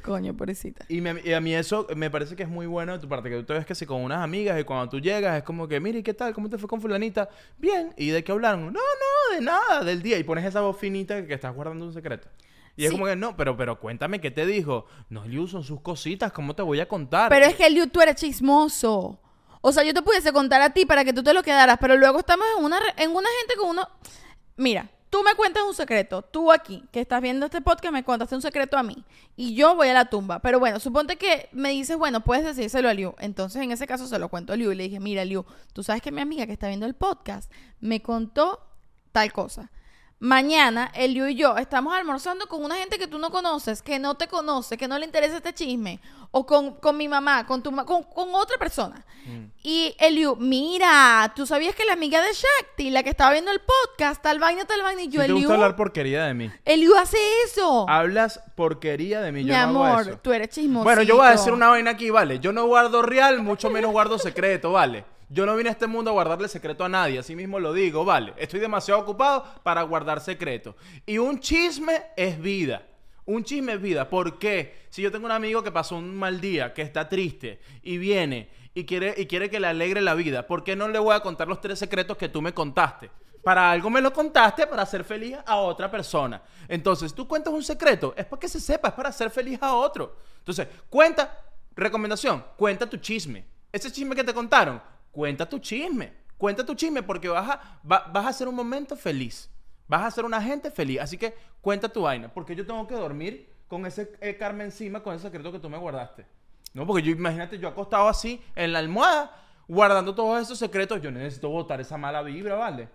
[SPEAKER 2] Coño, pobrecita.
[SPEAKER 1] Y, me- y a mí eso me parece que es muy bueno de tu parte, que tú te ves que si con unas amigas y cuando tú llegas es como que, mira, ¿y qué tal? ¿Cómo te fue con fulanita? Bien, ¿y de qué hablaron? No, no, de nada, del día. Y pones esa voz finita que estás guardando un secreto. Y es
[SPEAKER 2] Sí.
[SPEAKER 1] como que, no, pero, pero cuéntame qué te dijo. No, Liu, son sus cositas, ¿cómo te voy a contar?
[SPEAKER 2] Pero es que Liu, tú eres chismoso. O sea, yo te pudiese contar a ti para que tú te lo quedaras, pero luego estamos en una, re- en una gente con uno... Mira, tú me cuentas un secreto, tú aquí, que estás viendo este podcast, me contaste un secreto a mí, y yo voy a la tumba. Pero bueno, suponte que me dices, bueno, puedes decírselo a Liu. Entonces, en ese caso, se lo cuento a Liu y le dije, mira, Liu, tú sabes que mi amiga que está viendo el podcast me contó tal cosa. Mañana, el Liu y yo estamos almorzando con una gente que tú no conoces, que no te conoce, que no le interesa este chisme, o con, con mi mamá, con tu ma- con, con otra persona.
[SPEAKER 1] Mm.
[SPEAKER 2] Y Eliu, mira, tú sabías que la amiga de Shakti, la que estaba viendo el podcast, tal vaina, tal vaina, y
[SPEAKER 1] Si
[SPEAKER 2] yo,
[SPEAKER 1] te
[SPEAKER 2] Eliu,
[SPEAKER 1] gusta hablar porquería de mí.
[SPEAKER 2] Eliu hace eso.
[SPEAKER 1] Hablas porquería de mí,
[SPEAKER 2] Mi
[SPEAKER 1] yo no hago
[SPEAKER 2] amor,
[SPEAKER 1] eso.
[SPEAKER 2] tú eres chismoso.
[SPEAKER 1] Bueno, yo voy a decir una vaina aquí, vale. Yo no guardo real, mucho menos guardo secreto, vale. Yo no vine a este mundo a guardarle secreto a nadie, así mismo lo digo, vale. Estoy demasiado ocupado para guardar secreto. Y un chisme es vida. Un chisme es vida. ¿Por qué? Si yo tengo un amigo que pasó un mal día, que está triste, y viene y quiere, y quiere que le alegre la vida, ¿por qué no le voy a contar los tres secretos que tú me contaste? Para algo me lo contaste para hacer feliz a otra persona. Entonces, tú cuentas un secreto, es para que se sepa, es para hacer feliz a otro. Entonces, cuenta, recomendación, cuenta tu chisme. Ese chisme que te contaron, cuenta tu chisme. Cuenta tu chisme porque vas a, va- vas a hacer un momento feliz. Vas a hacer una gente feliz. Así que cuenta tu vaina. Porque yo tengo que dormir con ese eh, karma encima, con ese secreto que tú me guardaste. No, porque yo imagínate, yo acostado así en la almohada, guardando todos esos secretos. Yo necesito botar esa mala vibra, ¿vale?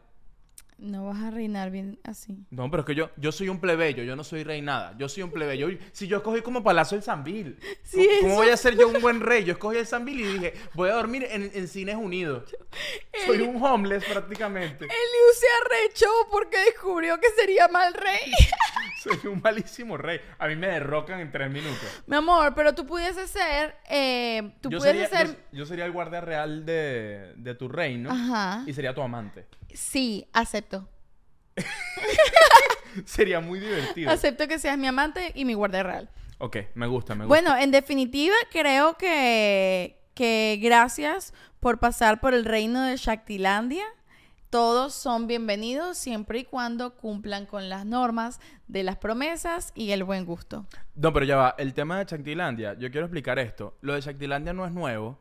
[SPEAKER 2] No vas a reinar bien así.
[SPEAKER 1] No, pero es que yo, yo soy un plebeyo, yo no soy rey nada. Yo soy un plebeyo. Yo- Si yo escogí como palacio el Sambil,
[SPEAKER 2] Sí,
[SPEAKER 1] ¿cómo,
[SPEAKER 2] eso.
[SPEAKER 1] cómo voy a ser yo un buen rey? Yo escogí el Sambil y dije, voy a dormir en, en Cines Unidos.
[SPEAKER 2] eh,
[SPEAKER 1] Soy un homeless prácticamente.
[SPEAKER 2] Eliu se arrechó porque descubrió que sería mal rey.
[SPEAKER 1] Soy un malísimo rey. A mí me derrocan en tres minutos.
[SPEAKER 2] Mi amor, pero tú pudiese ser, eh, tú
[SPEAKER 1] yo,
[SPEAKER 2] pudiese
[SPEAKER 1] sería,
[SPEAKER 2] ser...
[SPEAKER 1] yo, yo sería el guardia real de, de tu reino
[SPEAKER 2] Ajá.
[SPEAKER 1] y sería tu amante.
[SPEAKER 2] Sí, acepto.
[SPEAKER 1] Sería muy divertido.
[SPEAKER 2] Acepto que seas mi amante y mi guardia real.
[SPEAKER 1] Ok, me gusta, me gusta.
[SPEAKER 2] Bueno, en definitiva, creo que, que gracias por pasar por el reino de Shaktilandia. Todos son bienvenidos siempre y cuando cumplan con las normas de las promesas y el buen gusto.
[SPEAKER 1] No, pero ya va. El tema de Shaktilandia, yo quiero explicar esto. Lo de Shaktilandia no es nuevo.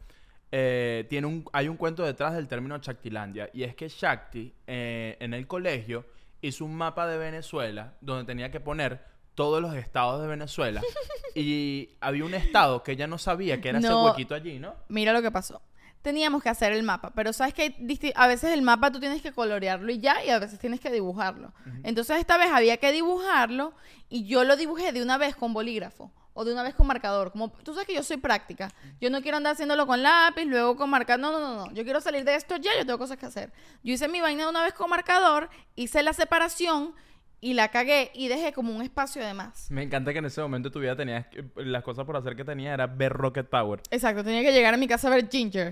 [SPEAKER 1] Eh, tiene un, hay un cuento detrás del término Shaktilandia. Y es que Shakti, eh, en el colegio, hizo un mapa de Venezuela donde tenía que poner todos los estados de Venezuela. y había un estado que ella no sabía que era
[SPEAKER 2] No.
[SPEAKER 1] ese huequito allí, ¿no?
[SPEAKER 2] Mira lo que pasó. Teníamos que hacer el mapa, pero sabes que hay disti- a veces el mapa tú tienes que colorearlo y ya, y a veces tienes que dibujarlo. Entonces esta vez había que dibujarlo y yo lo dibujé de una vez con bolígrafo o de una vez con marcador. Como tú sabes que yo soy práctica, yo no quiero andar haciéndolo con lápiz, luego con marcador. No, no, no, no. Yo quiero salir de esto ya, yo tengo cosas que hacer. Yo hice mi vaina de una vez con marcador, hice la separación y la cagué y dejé como un espacio de más.
[SPEAKER 1] Me encanta que en ese momento tu vida tenías... que- Las cosas por hacer que tenía era ver Rocket Power.
[SPEAKER 2] Exacto, tenía que llegar a mi casa a ver Ginger.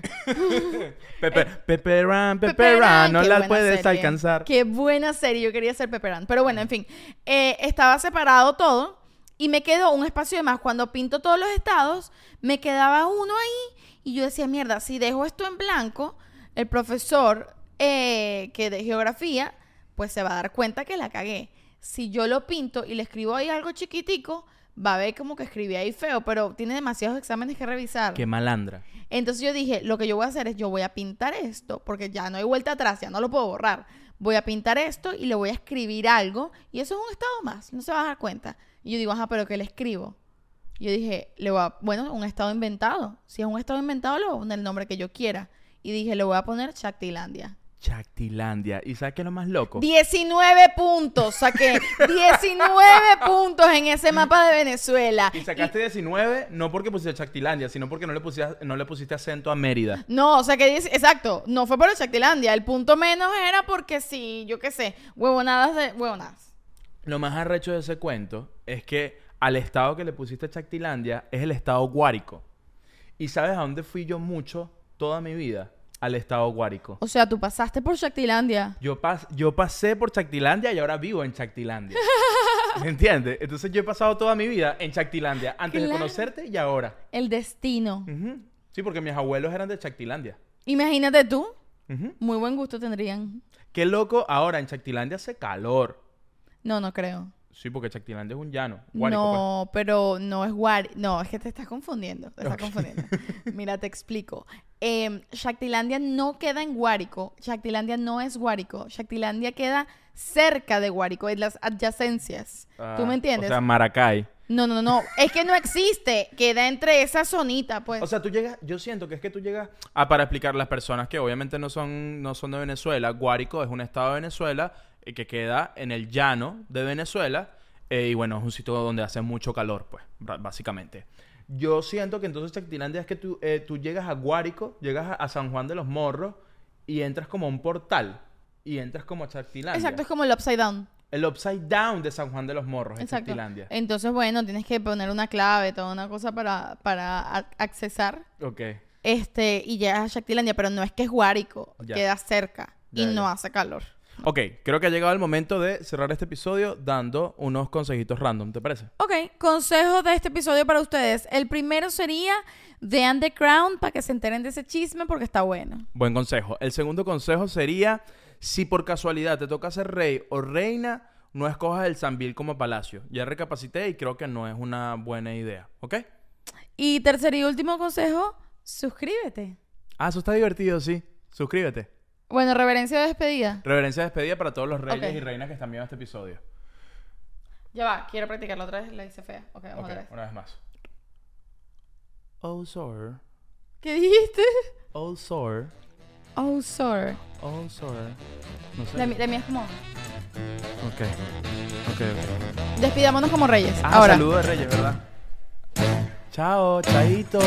[SPEAKER 1] Pepe, Pepe Ran, Pepe,
[SPEAKER 2] Eh, Pepe
[SPEAKER 1] Ran,
[SPEAKER 2] Ran,
[SPEAKER 1] no
[SPEAKER 2] qué
[SPEAKER 1] la
[SPEAKER 2] buena
[SPEAKER 1] puedes
[SPEAKER 2] serie.
[SPEAKER 1] alcanzar.
[SPEAKER 2] Qué buena serie, yo quería ser Peperán. Pero bueno, en fin, Eh, estaba separado todo y me quedó un espacio de más. Cuando pinto todos los estados, me quedaba uno ahí y yo decía, mierda, si dejo esto en blanco, el profesor eh, que de geografía, pues se va a dar cuenta que la cagué. Si yo lo pinto y le escribo ahí algo chiquitico, va a ver como que escribí ahí feo, pero tiene demasiados exámenes que revisar.
[SPEAKER 1] Qué malandra.
[SPEAKER 2] Entonces yo dije, lo que yo voy a hacer es, yo voy a pintar esto, porque ya no hay vuelta atrás, ya no lo puedo borrar. Voy a pintar esto y le voy a escribir algo, y eso es un estado más, no se va a dar cuenta. Y yo digo, ajá, pero ¿qué le escribo? Yo dije, le voy a, bueno, un estado inventado. Si es un estado inventado, le voy a poner el nombre que yo quiera. Y dije, le voy a poner Shaktilandia.
[SPEAKER 1] Chactilandia. ¿Y sabes qué es lo más loco?
[SPEAKER 2] 19 puntos, saqué 19 puntos en ese mapa de Venezuela.
[SPEAKER 1] Y sacaste 19 no porque pusiste Chactilandia, sino porque no le, pusiste, no le pusiste acento a Mérida.
[SPEAKER 2] No, o sea que dice, exacto, no fue por el Shaktilandia. El punto menos era porque sí, yo qué sé, huevonadas de huevonadas.
[SPEAKER 1] Lo más arrecho de ese cuento es que al estado que le pusiste Chactilandia es el estado Guárico. ¿Y sabes a dónde fui yo mucho toda mi vida? Al estado Guárico.
[SPEAKER 2] O sea, tú pasaste por Shaktilandia.
[SPEAKER 1] Yo, pas- yo pasé por Chactilandia y ahora vivo en Chactilandia. ¿Me entiendes? Entonces yo he pasado toda mi vida en Chactilandia, antes de
[SPEAKER 2] Claro.
[SPEAKER 1] conocerte y ahora.
[SPEAKER 2] El destino.
[SPEAKER 1] Ujú. Sí, porque mis abuelos eran de Chactilandia.
[SPEAKER 2] Imagínate tú,
[SPEAKER 1] Ujú.
[SPEAKER 2] muy buen gusto tendrían.
[SPEAKER 1] Qué loco, ahora en Chactilandia hace calor.
[SPEAKER 2] No, no creo.
[SPEAKER 1] Sí, porque Chactilandia es un llano. Guárico, pues.
[SPEAKER 2] no, pero no es Guari. No, es que te estás confundiendo. Te estás
[SPEAKER 1] Ok.
[SPEAKER 2] confundiendo. Mira, te explico. Eh, Shaktilandia no queda en Guárico. Shaktilandia no es Guárico. Shaktilandia queda cerca de Guárico, en las adyacencias. ¿Tú
[SPEAKER 1] Ah,
[SPEAKER 2] me entiendes?
[SPEAKER 1] O sea, Maracay.
[SPEAKER 2] No, no, no, no. Es que no existe. Queda entre esa zonita, pues.
[SPEAKER 1] O sea, tú llegas, yo siento que es que tú llegas a para explicar las personas que obviamente no son no son de Venezuela, Guárico es un estado de Venezuela eh, que queda en el llano de Venezuela eh, y bueno, es un sitio donde hace mucho calor, pues, ra- básicamente. Yo siento que entonces Chactilandia es que tú, eh, tú llegas a Guárico, llegas a, a San Juan de los Morros y entras como a un portal y entras como a Chactilandia.
[SPEAKER 2] Exacto, es como el upside down.
[SPEAKER 1] El upside down de San Juan de los Morros es
[SPEAKER 2] Exacto. Eh,
[SPEAKER 1] Chactilandia.
[SPEAKER 2] Entonces, bueno, tienes que poner una clave, toda una cosa para, para a- accesar.
[SPEAKER 1] Ok.
[SPEAKER 2] Este, y llegas a Shaktilandia, pero no es que es Guárico,
[SPEAKER 1] Ya.
[SPEAKER 2] queda cerca y
[SPEAKER 1] Ya,
[SPEAKER 2] no
[SPEAKER 1] ya.
[SPEAKER 2] hace calor.
[SPEAKER 1] Ok, creo que ha llegado el momento de cerrar este episodio dando unos consejitos random, ¿te parece?
[SPEAKER 2] Ok, consejos de este episodio para ustedes. El primero sería vean The Crown para que se enteren de ese chisme porque está bueno.
[SPEAKER 1] Buen consejo. El segundo consejo sería, si por casualidad te toca ser rey o reina, no escojas el Zambil como palacio. Ya recapacité y creo que no es una buena idea, ¿ok?
[SPEAKER 2] Y tercer y último consejo, suscríbete.
[SPEAKER 1] Ah, eso está divertido, sí. Suscríbete.
[SPEAKER 2] Bueno, reverencia de despedida.
[SPEAKER 1] Reverencia despedida para todos los reyes
[SPEAKER 2] Ok.
[SPEAKER 1] y reinas que están viendo este episodio.
[SPEAKER 2] Ya va, quiero practicarlo otra vez, la hice fea. Ok, vamos
[SPEAKER 1] Ok,
[SPEAKER 2] otra vez.
[SPEAKER 1] una vez más. Oh, sir.
[SPEAKER 2] ¿Qué dijiste?
[SPEAKER 1] Oh, sir.
[SPEAKER 2] Oh, sir.
[SPEAKER 1] Oh, sir. No sé.
[SPEAKER 2] La, mi- la mía es como...
[SPEAKER 1] Ok. Ok, ok.
[SPEAKER 2] Despidámonos como reyes.
[SPEAKER 1] Ah,
[SPEAKER 2] Ahora.
[SPEAKER 1] saludo de Reyes, ¿verdad? Chao, chaito.